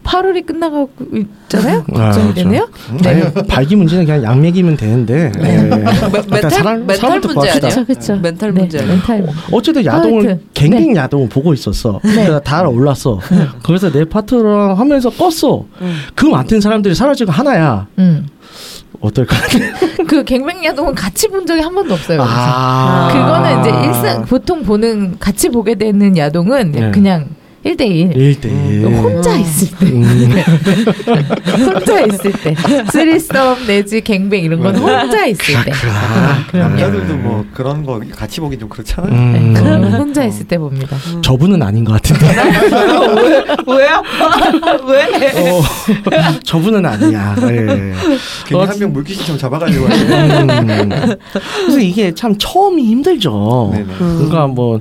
Speaker 3: 8월이 끝나가고 있잖아요.
Speaker 2: 아,
Speaker 3: 걱정이 되네요. 네.
Speaker 2: 아니요 발기 문제는 그냥 양맥이면 되는데 예. 일단
Speaker 8: 멘탈- 멘탈
Speaker 2: 사람을 듣고
Speaker 8: 문제
Speaker 2: 합시다.
Speaker 8: 아니야?
Speaker 3: 그렇죠, 그렇죠.
Speaker 8: 멘탈
Speaker 3: 네,
Speaker 8: 문제.
Speaker 3: 멘탈 문제.
Speaker 2: 어쨌든 야동을
Speaker 3: 하여튼, 네.
Speaker 2: 갱갱 야동을 보고 있었어. 그러니까 다 올랐어. 거기서 내 파트너랑 하면서 껐어.
Speaker 3: 네.
Speaker 2: 그 많은 사람들이 사라지고 하나야.
Speaker 3: 음.
Speaker 2: 어떨까?
Speaker 3: 그 갱뱅야동은 같이 본 적이 한 번도 없어요. 그래서.
Speaker 2: 아,
Speaker 3: 그거는 이제 일상 보통 보는 같이 보게 되는 야동은
Speaker 2: 네.
Speaker 3: 그냥
Speaker 8: 예.
Speaker 3: 1대1
Speaker 2: 일대
Speaker 8: 음,
Speaker 2: 일.
Speaker 3: 혼자 있을 때
Speaker 2: 음.
Speaker 3: 혼자 있을 때 쓰리썸 내지 갱뱅 이런 건 혼자 있을 때
Speaker 4: 남자들도 뭐 그런 거 같이 보기 좀 그렇잖아요.
Speaker 2: 음.
Speaker 3: 그럼 혼자 있을 때 봅니다.
Speaker 2: 저분은 아닌 것 같은데.
Speaker 8: 왜요? 왜?
Speaker 2: 어, 저분은 아니야. 예.
Speaker 4: 괜히
Speaker 2: 어,
Speaker 4: 한 명 물귀신처럼 잡아가려고 하는
Speaker 2: 음. 그래서 이게 참 처음이 힘들죠.
Speaker 4: 네네.
Speaker 2: 그러니까 뭐.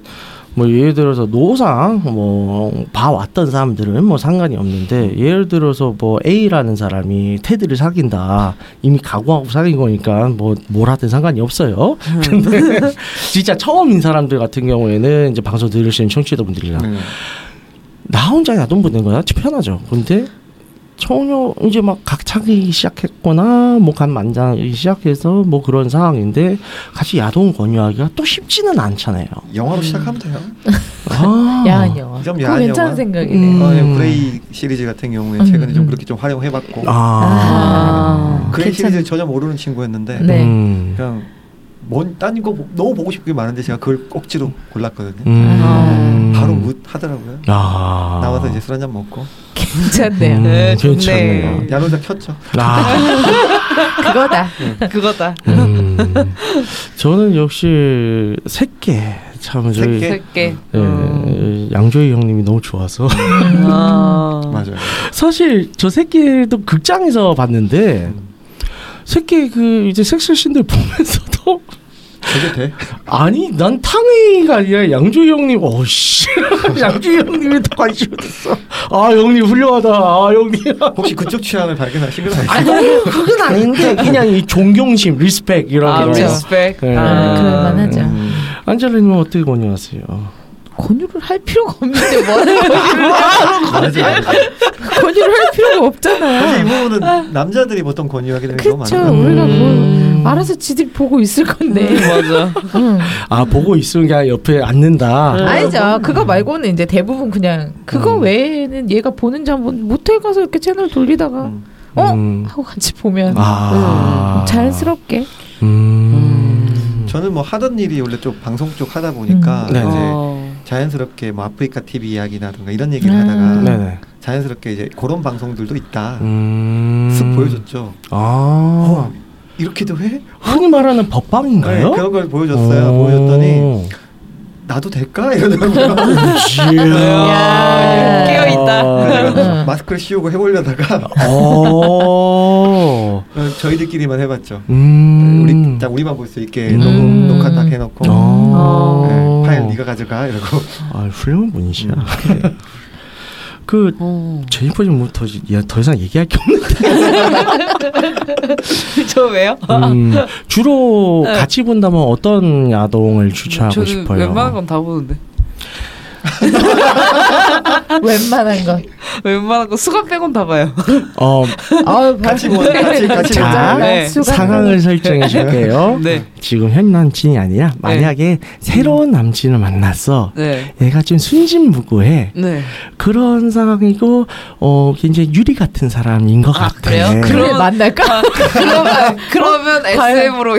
Speaker 2: 뭐 예를 들어서 노상 뭐 봐왔던 사람들은 뭐 상관이 없는데 예를 들어서 뭐 A라는 사람이 테드를 사귄다 이미 각오하고 사귄 거니까 뭐 뭘 하든 상관이 없어요. 근데 진짜 처음인 사람들 같은 경우에는 이제 방송 들으시는 청취자분들이랑
Speaker 4: 네.
Speaker 2: 나 혼자 야동 보는 거야 편하죠. 근데 전혀 이제 막 각차기 시작했거나 뭐간 만장이 시작해서 뭐 그런 상황인데 같이 야동 권유하기가 또 쉽지는 않잖아요.
Speaker 4: 영화로 시작하면 돼요.
Speaker 2: 아.
Speaker 3: 야한 영화.
Speaker 4: 좀
Speaker 3: 그거
Speaker 4: 야한
Speaker 3: 괜찮은
Speaker 4: 영화.
Speaker 3: 생각이네.
Speaker 2: 음.
Speaker 4: 어, 그레이 시리즈 같은 경우에
Speaker 3: 음,
Speaker 4: 최근에 좀
Speaker 3: 음.
Speaker 4: 그렇게 좀
Speaker 2: 아.
Speaker 4: 활용해봤고
Speaker 3: 아,
Speaker 4: 그레이
Speaker 3: 괜찮-
Speaker 4: 시리즈 전혀 모르는 친구였는데
Speaker 3: 네.
Speaker 2: 음.
Speaker 4: 그냥 뭔딴거 너무 보고 싶은 게 많은데 제가 그걸 억지로 골랐거든요.
Speaker 3: 아.
Speaker 2: 음.
Speaker 4: 바로 묻 하더라고요.
Speaker 2: 아.
Speaker 4: 나와서 이제 술 한잔 먹고
Speaker 3: 괜찮네요.
Speaker 2: 음,
Speaker 8: 네, 좋네.
Speaker 2: 괜찮네요.
Speaker 4: 야놀자 켰죠.
Speaker 2: 아.
Speaker 3: 그거다.
Speaker 8: 그거다.
Speaker 2: 음. 저는 역시 새끼 참 저희
Speaker 4: 새끼?
Speaker 8: 새끼.
Speaker 2: 예,
Speaker 3: 어.
Speaker 2: 양조희 형님이 너무 좋아서
Speaker 8: 아.
Speaker 4: 음, 맞아요.
Speaker 2: 사실 저 새끼도 극장에서 봤는데 새끼 그 이제 섹스신들 보면서도
Speaker 4: 저게 돼?
Speaker 2: 아니 난 탕웨이가 아니라 양조희 형님 어씨 양조희 형님이 더 관심이 됐어 아 형님 훌륭하다 아 형님
Speaker 4: 혹시 그쪽 취향을 발견하신 건 아니죠?
Speaker 2: 아니 그건 아닌데 그냥 이 존경심 리스펙
Speaker 8: 아,
Speaker 2: 이런 거
Speaker 8: 리스펙.
Speaker 2: 네.
Speaker 8: 아.
Speaker 3: 그럴만하죠.
Speaker 4: 음,
Speaker 2: 안젤리님은 어떻게 권유하세요?
Speaker 3: 권유를 할 필요가 없는데 뭐 하는
Speaker 4: 맞아요.
Speaker 3: 거야? 권유를 할 필요가
Speaker 4: 사실 이
Speaker 3: 없잖아.
Speaker 4: 부분은 남자들이 보통 권유하게 되는 경우가
Speaker 3: 그쵸.
Speaker 2: 음.
Speaker 4: 많아요.
Speaker 3: 우리가 뭐 알아서 지들이 보고 있을 건데.
Speaker 8: 네,
Speaker 3: 음.
Speaker 8: 맞아.
Speaker 3: 응.
Speaker 2: 아 보고 있으면 그냥 옆에 앉는다
Speaker 3: 아니죠. 그거 말고는 이제 대부분 그냥 그거 외에는 얘가 보는지 한번 모텔 가서 이렇게 채널 돌리다가
Speaker 4: 음.
Speaker 3: 어
Speaker 2: 음.
Speaker 3: 하고 같이 보면
Speaker 2: 아.
Speaker 3: 음, 자연스럽게
Speaker 2: 음.
Speaker 4: 저는 뭐 하던 일이 원래 쪽 방송 쪽 하다 보니까
Speaker 2: 음. 네네.
Speaker 4: 이제
Speaker 8: 어.
Speaker 4: 자연스럽게 뭐 아프리카 TV 이야기라든가 이런 얘기를
Speaker 3: 음.
Speaker 4: 하다가
Speaker 2: 네네
Speaker 4: 자연스럽게 이제 그런 방송들도 있다.
Speaker 2: 음.
Speaker 4: 쓱 보여줬죠.
Speaker 2: 아
Speaker 4: 어, 이렇게도 해?
Speaker 2: 흔히 말하는
Speaker 4: 네,
Speaker 2: 법밤인가요?
Speaker 4: 그런 걸 보여줬어요.
Speaker 2: 오.
Speaker 4: 보여줬더니 나도 될까 이러더라고요.
Speaker 3: 예.
Speaker 8: 야, 깨어있다.
Speaker 2: 네.
Speaker 4: 그래서 제가
Speaker 3: 음.
Speaker 4: 아, 마스크를 씌우고 해보려다가
Speaker 2: 어.
Speaker 4: 저희들끼리만 해봤죠.
Speaker 2: 음.
Speaker 4: 우리 딱 우리만 볼 수 있게
Speaker 2: 음.
Speaker 4: 녹음 녹화 딱 해놓고
Speaker 2: 아.
Speaker 4: 네, 파일 네가 음. 가져가 이러고
Speaker 2: 아, 훌륭한 분이시야. 그
Speaker 8: 어.
Speaker 2: 제니퍼 좀더 더 이상 얘기할 게 없는데
Speaker 8: 저 왜요?
Speaker 2: 음, 주로 같이 본다면 어떤 야동을 추천하고
Speaker 8: 네. 저는
Speaker 2: 싶어요?
Speaker 8: 웬만한 건 다 보는데.
Speaker 3: 웬만한 건.
Speaker 8: 웬만한 거 수건 빼곤 다 봐요.
Speaker 2: 어,
Speaker 3: 아유,
Speaker 4: 같이 뭐 같이 같이
Speaker 2: 자,
Speaker 4: 가져가요.
Speaker 8: 네.
Speaker 2: 상황을 설정해 줄게요.
Speaker 8: 네.
Speaker 2: 지금 현 남친이 아니라 만약에 새로운 남친을 만났어.
Speaker 8: 네.
Speaker 2: 얘가 좀 순진무구해.
Speaker 8: 네.
Speaker 2: 그런 상황이고 어 굉장히 유리 같은 사람인 것 같아.
Speaker 8: 그래요?
Speaker 3: 그래
Speaker 8: 그럼-
Speaker 3: 만날까?
Speaker 8: 아, 그러면 그러면 SM으로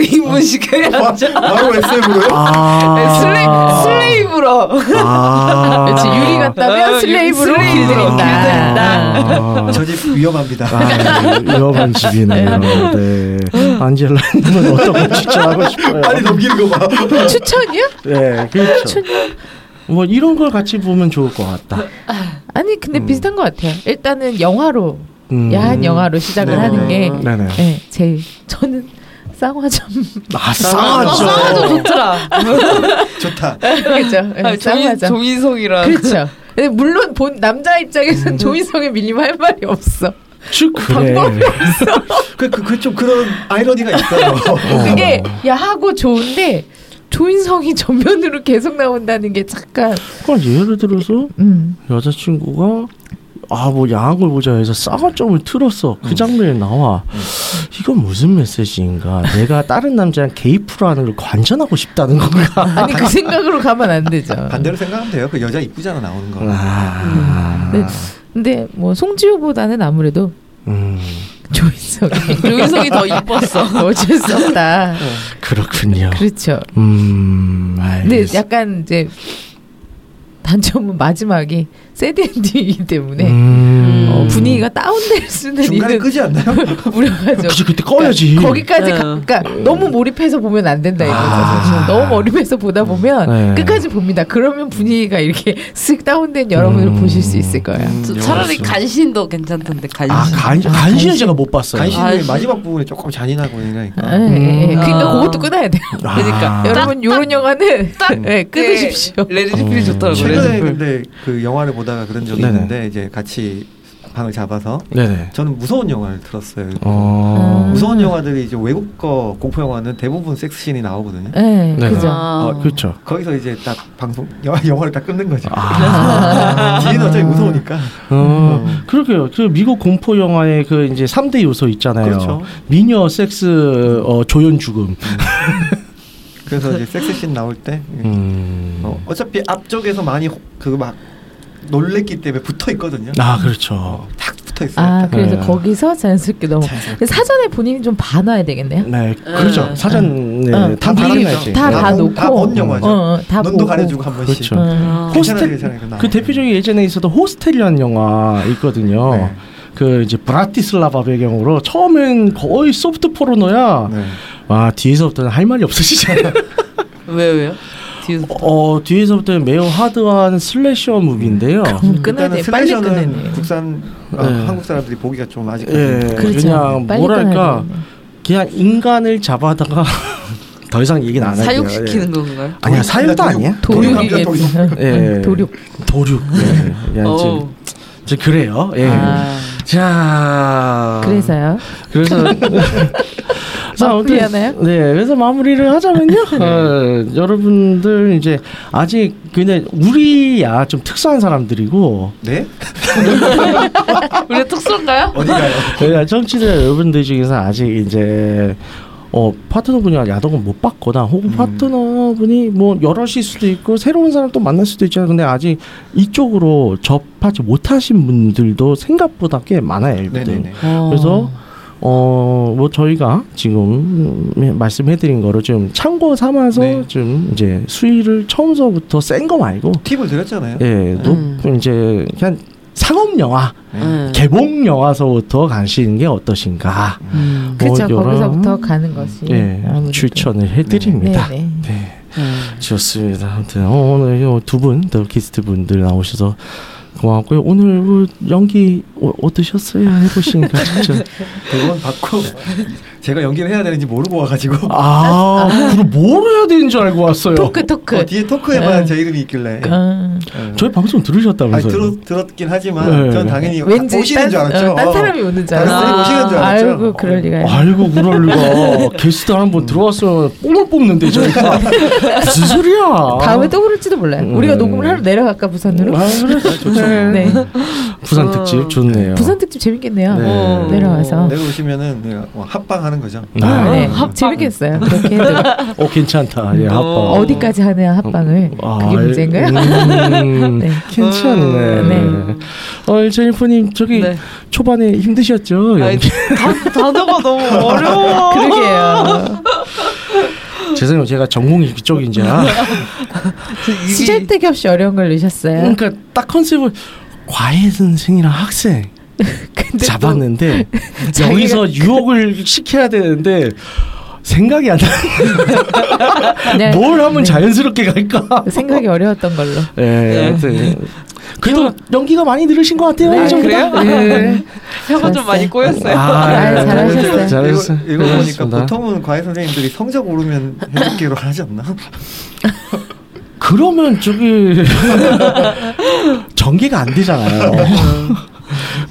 Speaker 8: 이분식해야죠.
Speaker 4: 바로 SM으로
Speaker 2: 아.
Speaker 8: 네, 슬레이 슬레이브로.
Speaker 2: 아.
Speaker 3: 그렇지 유리 같다면
Speaker 8: 아,
Speaker 3: 슬레이브로
Speaker 8: 슬레이브로
Speaker 3: 길들인다.
Speaker 8: 길들인다.
Speaker 2: 아.
Speaker 4: 저 집 위험합니다.
Speaker 2: 아, 위험한 집이네요. 네. 안젤라님은 어떤 걸 추천하고 싶어요?
Speaker 4: 빨리 넘기는 거 봐.
Speaker 3: 추천이요?
Speaker 2: 네, 그렇죠. 뭐 이런 걸 같이 보면 좋을 것 같다.
Speaker 3: 아니 근데 비슷한 것 같아요. 일단은 영화로
Speaker 2: 음.
Speaker 3: 야한 영화로 시작을
Speaker 4: 네네.
Speaker 3: 하는 게
Speaker 2: 네네.
Speaker 3: 네, 제일 저는 쌍화점
Speaker 2: 아, 싸죠.
Speaker 8: 쌍화도 좋더라.
Speaker 4: 좋다.
Speaker 3: 그렇죠. 네,
Speaker 8: 아니, 종이,
Speaker 3: 쌍화점.
Speaker 8: 종이성이랑
Speaker 3: 그렇죠. 근데 물론 본 남자 입장에선 조인성에 밀리면 할 말이 없어.
Speaker 2: 쭉 그래.
Speaker 3: 방법이
Speaker 4: 그그 좀 그런 아이러니가 있어요.
Speaker 3: 그게 야하고 좋은데 조인성이 전면으로 계속 나온다는 게 잠깐
Speaker 2: 그러니까 예를 들어서
Speaker 3: 음.
Speaker 2: 여자친구가 아 뭐 야한 걸 보자 해서 싸가점을 틀었어 그 장면에 나와 이건 무슨 메시지인가 내가 다른 남자랑 게이프로 하는 걸 관전하고 싶다는 건가
Speaker 3: 아니 그 생각으로 가면 안 되죠.
Speaker 4: 반대로 생각하면 돼요. 그 여자 이쁘잖아 나오는 거.
Speaker 2: 아,
Speaker 3: 네. 근데 뭐 송지효보다는 아무래도
Speaker 2: 음,
Speaker 3: 조인성이
Speaker 8: 종이성이 더 이뻤어.
Speaker 3: 어쩔 수 없다.
Speaker 2: 그렇군요
Speaker 3: 그렇죠.
Speaker 2: 음
Speaker 3: 근데
Speaker 2: 알겠습니다
Speaker 3: 약간 이제 단점은 마지막이 새드 엔딩이기 때문에
Speaker 2: 음.
Speaker 3: 네. 어, 분위기가 다운될 수는
Speaker 4: 중간에
Speaker 3: 있는
Speaker 4: 끄지 않나요?
Speaker 3: 우려가죠.
Speaker 2: 음. 그치 그때 꺼야지.
Speaker 3: 그러니까 거기까지
Speaker 9: 네.
Speaker 3: 가, 그러니까 너무 몰입해서 보면 안 된다 이거죠. 사실. 너무 몰입해서 보다
Speaker 2: 네.
Speaker 3: 보면 끝까지 봅니다. 그러면 분위기가 이렇게 쓱 다운된 여러분을
Speaker 2: 음. 그렇죠.
Speaker 3: 보실 수 있을 거예요.
Speaker 9: 저- 차라리 간신도 괜찮던데 간신.
Speaker 2: 아 간, 간신은 제가 못 봤어요.
Speaker 4: 간신이
Speaker 9: 아이씨.
Speaker 4: 마지막 부분이 조금 잔인하고 이러니까
Speaker 2: 네.
Speaker 3: 예, 예, 예. 그러니까
Speaker 9: 아.
Speaker 3: 그것도 끊어야 돼요.
Speaker 9: 그러니까.
Speaker 2: 아.
Speaker 3: 여러분 아. 요런 영화는 예, 끊으십시오.
Speaker 8: 레드필이 좋더라고.
Speaker 4: 최근에
Speaker 8: 레드필.
Speaker 4: 근데 그 영화를 보다가 그런 적이
Speaker 2: 네네.
Speaker 4: 있는데 이제 같이 방을 잡아서
Speaker 2: 네네.
Speaker 4: 저는 무서운 영화를 들었어요.
Speaker 2: 어.
Speaker 4: 무서운 영화들이 이제 외국 거 공포 영화는 대부분 섹스 씬이 나오거든요.
Speaker 3: 예,
Speaker 2: 네.
Speaker 3: 그죠.
Speaker 9: 아.
Speaker 2: 어, 그렇죠.
Speaker 4: 거기서 이제 딱 방송 영화, 영화를 딱 끊는 거죠. 뒤에는 어차피 무서우니까.
Speaker 2: 어, 그러게요. 그 미국 공포 영화의 그 이제 3대 요소 있잖아요.
Speaker 4: 그렇죠.
Speaker 2: 미녀, 섹스, 어, 조연 죽음.
Speaker 4: 그래서 이제 섹스 씬 나올 때 예.
Speaker 2: 음.
Speaker 4: 어, 어차피 앞쪽에서 많이 그 막 놀랬기 때문에 붙어 있거든요.
Speaker 2: 아, 그렇죠.
Speaker 4: 딱 붙어 있어요.
Speaker 3: 아,
Speaker 4: 딱.
Speaker 3: 그래서
Speaker 2: 네.
Speaker 3: 거기서 자연스럽게 넘어. 근데 사전에 본인이 좀 봐놔야 되겠네요.
Speaker 2: 네, 그렇죠. 사전 네,
Speaker 3: 어,
Speaker 2: 다 네.
Speaker 3: 미리
Speaker 2: 받아야지.
Speaker 3: 다
Speaker 4: 다
Speaker 3: 봐놓고
Speaker 4: 본- 다본 영화죠.
Speaker 3: 어, 어, 다
Speaker 4: 눈도
Speaker 3: 보고.
Speaker 4: 가려주고 한 번씩.
Speaker 2: 그렇죠.
Speaker 9: 음.
Speaker 3: 어.
Speaker 4: 괜찮아요,
Speaker 2: 호스텔-
Speaker 4: 괜찮아요, 그거
Speaker 2: 그
Speaker 4: 나와요.
Speaker 2: 대표적인 예전에 있었던 호스텔이라는 영화 있거든요.
Speaker 4: 네.
Speaker 2: 그 이제 브라티슬라바 배경으로 처음엔 거의 소프트 포르노야.
Speaker 4: 네.
Speaker 2: 와 뒤에서부터는 할 말이 없으시잖아요.
Speaker 8: 왜 왜요? 뒤에서
Speaker 2: 어 뒤에서부터는 매우 하드한 슬래셔 무비인데요.
Speaker 3: 그럼 음, 끊어야
Speaker 4: 일단은
Speaker 3: 돼. 빨리
Speaker 4: 슬래셔는
Speaker 3: 끊어야 돼.
Speaker 4: 국산 어,
Speaker 2: 네.
Speaker 4: 한국 사람들이 보기가 좀 아직
Speaker 2: 예, 그냥
Speaker 3: 그렇죠. 빨리
Speaker 2: 뭐랄까
Speaker 3: 끊어야 되겠네.
Speaker 2: 그냥 인간을 잡아다가 더 이상 얘기는 안 할게요.
Speaker 8: 사육시키는 건가요?
Speaker 2: 예. 아니야 사육도 아니야.
Speaker 3: 도륙이겠지.
Speaker 2: 예.
Speaker 3: 도륙. 음.
Speaker 2: 도륙. 예. 그냥
Speaker 8: 어.
Speaker 2: 지금, 지금 그래요. 예.
Speaker 8: 아.
Speaker 2: 자.
Speaker 3: 그래서요. 아,
Speaker 2: 그래서 자, 아무튼,
Speaker 3: 마무리하나요? 네.
Speaker 2: 네, 그래서 마무리를 하자면요. 어, 여러분들 이제 아직 근데 우리야 좀 특수한 사람들이고
Speaker 4: 네?
Speaker 8: 우리가 특수한가요?
Speaker 4: 어디가요?
Speaker 2: 저희가 청취자 여러분들 중에서 아직 이제 어 파트너분이랑 야동을 못 봤거나
Speaker 4: 음.
Speaker 2: 혹은 파트너분이 뭐 여럿일 수도 있고 새로운 사람 또 만날 수도 있잖아요. 근데 아직 이쪽으로 접하지 못하신 분들도 생각보다 꽤 많아요. 일부분.
Speaker 4: 네네네.
Speaker 2: 그래서 어 뭐 저희가 지금 음, 말씀해드린 거를 좀 참고 삼아서
Speaker 4: 네.
Speaker 2: 좀 이제 수위를 처음서부터 센 거 말고
Speaker 4: 팁을 드렸잖아요.
Speaker 2: 예
Speaker 4: 음.
Speaker 2: 높은 이제 그냥 상업 영화
Speaker 3: 음.
Speaker 8: 네.
Speaker 2: 개봉 영화서부터 가시는 게 어떠신가
Speaker 8: 음.
Speaker 2: 뭐
Speaker 3: 그렇죠.
Speaker 2: 여러-
Speaker 3: 거기서부터 가는 것이.
Speaker 2: 예
Speaker 3: 음, 아무래도.
Speaker 2: 추천을 해드립니다.
Speaker 3: 네네.
Speaker 2: 좋습니다. 아무튼 어, 오늘 두분 더키스트 분들 나오셔서 고맙고요. 오늘 뭐 연기 어, 어떠셨어요? 해보시니까 진짜
Speaker 4: 그건 받고 어, 제가 연기를 해야 되는지 모르고 와가지고
Speaker 2: 아, 그럼 뭘 해야 되는 줄 알고 왔어요.
Speaker 3: 토크 토크.
Speaker 4: 어, 뒤에 토크에만
Speaker 3: 네.
Speaker 4: 제 이름이 있길래.
Speaker 3: 어.
Speaker 4: 예.
Speaker 2: 저희 방송
Speaker 4: 아니,
Speaker 2: 들으셨다면서요?
Speaker 4: 들었, 들었긴 하지만
Speaker 2: 네.
Speaker 4: 전 당연히
Speaker 3: 왠지
Speaker 4: 오시는
Speaker 3: 딴,
Speaker 4: 줄 알았죠.
Speaker 3: 어, 딴 사람이 오는 줄
Speaker 4: 다른
Speaker 3: 알았어.
Speaker 4: 사람이 오시는 줄 알았죠.
Speaker 3: 아이고 그럴 리가요.
Speaker 2: 아이고 그럴 리가 게스트 한번 들어왔으면 뽕을 뽑는데 저희가 무슨 소리야?
Speaker 3: 네. 아. 다음에 또 그럴지도 몰라요.
Speaker 2: 음.
Speaker 3: 우리가 녹음을 하러 내려갈까 부산으로.
Speaker 2: 아, 그래 좋죠.
Speaker 3: 네.
Speaker 2: 부산 특집 좋네요.
Speaker 3: 부산 특집 재밌겠네요.
Speaker 2: 네.
Speaker 8: 어.
Speaker 3: 내려와서.
Speaker 4: 내가 오시면은 내가 뭐 합방하는 거죠.
Speaker 3: 아,
Speaker 2: 아,
Speaker 3: 네.
Speaker 8: 합방.
Speaker 3: 재밌겠어요. 그렇게 해도
Speaker 2: 어 괜찮다. 예, 아빠.
Speaker 8: 어.
Speaker 3: 어디까지 어. 하냐 합방을
Speaker 2: 아,
Speaker 3: 그게 문제인가요?
Speaker 2: 음,
Speaker 3: 네.
Speaker 2: 괜찮네.
Speaker 3: 음,
Speaker 2: 어, 일재일포님 저기
Speaker 8: 네.
Speaker 2: 초반에 힘드셨죠?
Speaker 8: 아니,
Speaker 2: 연기.
Speaker 8: 단- 단어가 너무 어려워.
Speaker 3: 그러게요.
Speaker 2: 죄송해요, 제가 전공이 그쪽인지라.
Speaker 3: 네. 시잘데기 없이 어려운 걸 넣으셨어요.
Speaker 2: 그러니까 딱 컨셉을 과외 선생이랑 학생
Speaker 3: 근데
Speaker 2: 잡았는데
Speaker 3: 자기가 그
Speaker 2: 여기서 유혹을 시켜야 되는데 생각이 안 나.
Speaker 3: 그냥
Speaker 2: 뭘 하면 자연스럽게 갈까?
Speaker 3: 생각이 어려웠던 걸로.
Speaker 2: 예. 하여튼. 그래도 연기가 많이 늘으신 것 같아요.
Speaker 3: 네,
Speaker 2: 이 정도면. 예.
Speaker 8: 혀가 좀 많이 꼬였어요.
Speaker 3: 아,
Speaker 2: 예.
Speaker 3: 잘하셨어요.
Speaker 2: 잘하셨어요.
Speaker 4: 네. 읽어 보니까
Speaker 2: 고맙습니다.
Speaker 4: 보통은 과외 선생님들이 성적 오르면 해독기로 하지 않나?
Speaker 2: 그러면 저기 전개가 안 되잖아요.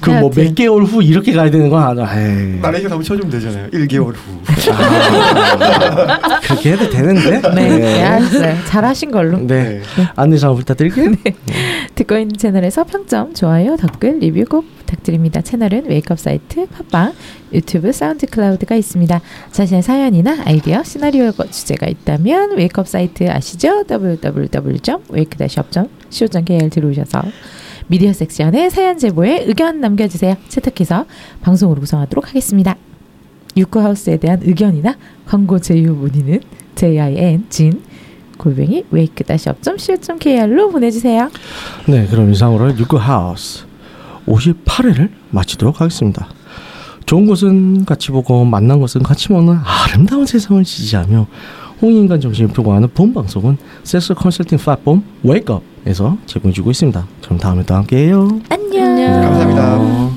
Speaker 2: 그럼 뭐
Speaker 3: 하여튼.
Speaker 2: 몇 개월 후 이렇게 가야 되는 건 아니. 에이.
Speaker 4: 나레이션 한번 쳐주면 되잖아요. 1개월 후.
Speaker 2: 아, 그렇게 해도 되는데.
Speaker 3: 네, 네,
Speaker 2: 네.
Speaker 3: 알았어요. 잘하신 걸로.
Speaker 2: 네. 안내 잘 부탁드릴게요.
Speaker 3: 듣고 있는 채널에서 평점, 좋아요, 댓글, 리뷰 꼭 부탁드립니다. 채널은 웨이크업 사이트, 팟빵, 유튜브, 사운드 클라우드가 있습니다. 자신의 사연이나 아이디어, 시나리오 주제가 있다면 웨이크업 사이트 아시죠? www.wake-up.co.kr 들어오셔서 미디어 섹션에 사연 제보에 의견 남겨주세요. 채택해서 방송으로 구성하도록 하겠습니다. 유쿠하우스에 대한 의견이나 광고 제휴 문의는 jin 골뱅이 wake-up.co.kr로 보내주세요.
Speaker 2: 네, 그럼 이상으로 유쿠하우스 58회를 마치도록 하겠습니다. 좋은 것은 같이 보고 만난 것은 같이 먹는 아름다운 세상을 지지하며 홍인간 정신을 표방하는 본 방송은 세스 컨설팅 플랫폼 웨이크업에서 제공해주고 있습니다. 그럼 다음에 또 함께해요.
Speaker 3: 안녕.
Speaker 4: 감사합니다.